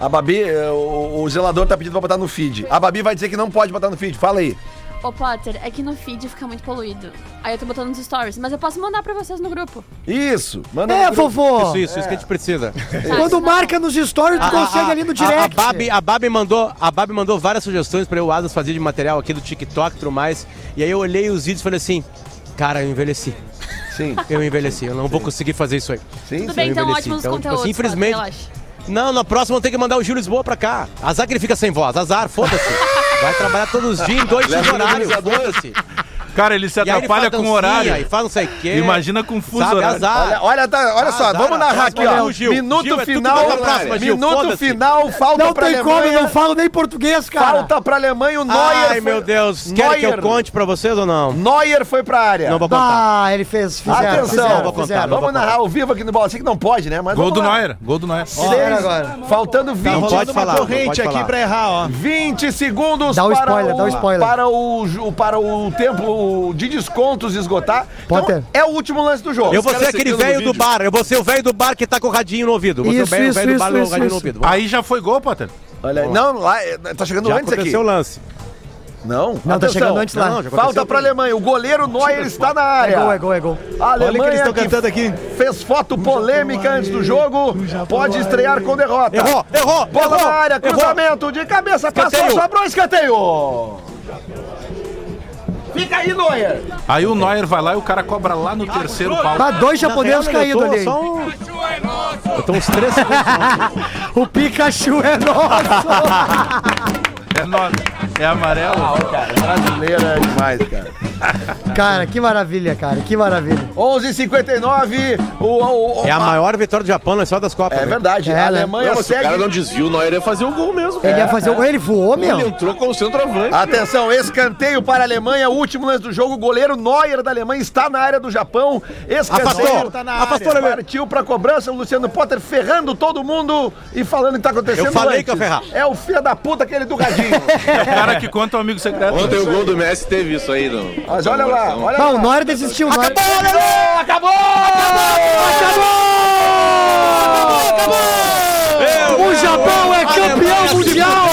S1: A Babi, eh, o, o zelador tá pedindo pra botar no feed. A Babi vai dizer que não pode botar no feed. Fala aí.
S20: Ô Potter, é que no feed fica muito poluído. Aí eu tô botando nos stories, mas eu posso mandar pra vocês no grupo.
S1: Isso, manda
S3: É,
S1: no grupo.
S3: fofô.
S5: Isso, isso, isso que a gente precisa.
S1: é.
S3: Quando marca nos
S5: Ah,
S3: stories, tu consegue ali no
S5: A, a,
S3: direct.
S5: Babi, a, Babi mandou, a Babi mandou várias sugestões pra eu, o Asas, fazer de material aqui do TikTok e tudo mais. E aí eu olhei os vídeos e falei assim, cara, eu envelheci.
S1: Sim.
S5: Eu envelheci, eu não vou conseguir fazer isso aí.
S1: Sim,
S20: Tudo bem, então ótimos conteúdos, Potter,
S5: tipo assim, infelizmente...
S20: relaxa.
S5: não, na próxima eu tenho que mandar o Júlio Lisboa pra cá. Azar que ele fica sem voz, azar, foda-se. Vai trabalhar todos os dias em dois
S8: Leva o
S5: horários,
S8: organizador.
S5: foda-se.
S8: Cara, ele se
S5: E aí ele
S8: atrapalha
S5: faz
S8: com o
S5: dancinha,
S8: horário.
S5: e faz não sei o quê.
S8: Imagina com fuso
S5: Sabe,
S8: horário.
S5: azar.
S1: Olha, olha, tá- olha só,
S5: Azar,
S1: vamos narrar
S5: azar,
S1: aqui, ó.
S5: Gil, Gil,
S1: minuto
S5: Gil, é tudo
S1: final,
S5: pela próxima, Gil,
S1: minuto
S5: foda-se.
S1: final, falta
S3: Não
S1: pra
S3: tem como,
S1: Alemanha.
S3: eu não falo nem português, cara.
S1: Falta pra Alemanha o Neuer.
S5: Ai,
S1: foi-
S5: meu Deus. Querem que eu
S1: Neuer.
S5: conte pra vocês ou não?
S1: Neuer foi pra área.
S5: Não vou contar.
S3: Ah, ele fez. Fizeram,
S1: Atenção,
S3: fizeram,
S1: vou contar,
S3: fizeram.
S1: vamos narrar ao vivo aqui no Bola, assim que não pode, né? Mas
S8: Gol
S1: vamos
S8: do
S1: lá.
S8: Neuer. Gol do Neuer.
S1: Seis, Faltando 20
S5: Não pode falar, não pode falar.
S7: errar, ó.
S1: 20 segundos
S3: Dá o
S1: para
S3: spoiler,
S1: o,
S3: dá o spoiler.
S1: Para o, ju- para o tempo de descontos esgotar. Então,
S3: Potter.
S1: é o último lance do jogo.
S5: Eu vou ser aquele velho do bar, eu vou ser o velho do bar que tá com o radinho no ouvido. Vou ser o
S1: Isso,
S5: velho
S1: isso,
S5: velho do bar
S1: isso,
S5: com o
S1: isso,
S5: radinho
S1: isso.
S5: no ouvido.
S8: Aí já foi gol, Potter.
S1: Olha, aí. não, lá, eh, tá chegando
S5: Já
S1: antes aqui.
S5: aconteceu o lance.
S1: Não,
S3: Não, tá chegando antes lá.
S1: Não, já aconteceu Falta pra Alemanha. O goleiro Neuer está na
S3: É
S1: área.
S3: gol, é gol, é gol.
S1: A Alemanha
S3: Olha o que eles tão
S1: cantando
S7: aqui.
S1: Fez foto polêmica antes do jogo. Pode estrear com derrota.
S5: Errou, errou,
S1: Bola
S5: errou,
S1: na área,
S5: errou.
S1: cruzamento de cabeça,
S5: Escanteio.
S1: passou, sobrou escanteio. Fica aí, Neuer.
S8: Aí o Neuer vai lá e o cara cobra lá no terceiro pau.
S3: Tá dois japoneses
S5: Na real, eu
S3: caídos
S5: tô
S3: ali.
S5: só um- Eu tô uns três
S3: O Pikachu é nosso.
S8: É, nó- é amarelo.
S1: Brasileiro é demais, cara.
S3: cara, que maravilha, cara. Que maravilha.
S1: 11h59, o, o, o-
S5: É a maior vitória do Japão na história das Copas.
S1: É
S5: né?
S1: verdade,
S3: É,
S1: a
S3: né?
S1: Alemanha
S6: Não, se o
S1: segue...
S6: cara não desviou, o Neuer ia fazer o gol mesmo.
S3: Ele
S6: É.
S3: ia fazer o gol, ele voou,
S6: Ele
S3: meu.
S6: entrou com o centroavante.
S1: Atenção, escanteio para a Alemanha, último lance do jogo, o goleiro Neuer da Alemanha está na área do Japão, escanteio,
S5: Afastou,
S1: tá
S5: afastou, Alemanha.
S1: partiu para cobrança, o Luciano Potter ferrando todo mundo e falando o que está acontecendo
S5: Eu falei
S1: antes.
S5: que ia ferrar.
S1: É o filho da puta aquele do gadinho.
S8: É o cara que conta o amigo secreto.
S6: Ontem o gol do Messi teve isso aí, não.
S1: Mas olha lá, olha
S3: Não, o
S1: lá.
S3: Neuer desistiu. o Neuer-
S1: Acabou!
S3: O Japão é campeão mundial!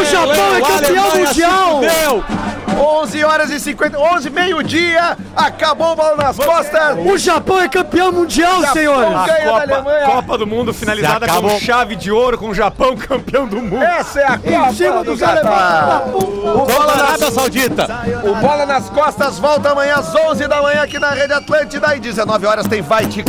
S3: O Japão é campeão mundial!
S1: 11 horas e 50, 11, meio-dia, acabou o bola nas
S5: é
S1: costas.
S3: O Japão é campeão mundial,
S1: Japão
S3: senhores!
S1: ganha da Alemanha.
S4: Copa, Copa do Mundo finalizada
S5: Se acabou.
S4: com chave de ouro, com o Japão campeão do mundo.
S1: Essa é a Copa
S3: cima
S1: do
S3: dos alemães.
S1: Catar. O bola nas
S5: Arábia Saudita.
S1: O Bola nas Costas volta amanhã às 11 da manhã aqui na Rede Atlântida. E 19 horas tem Vai Te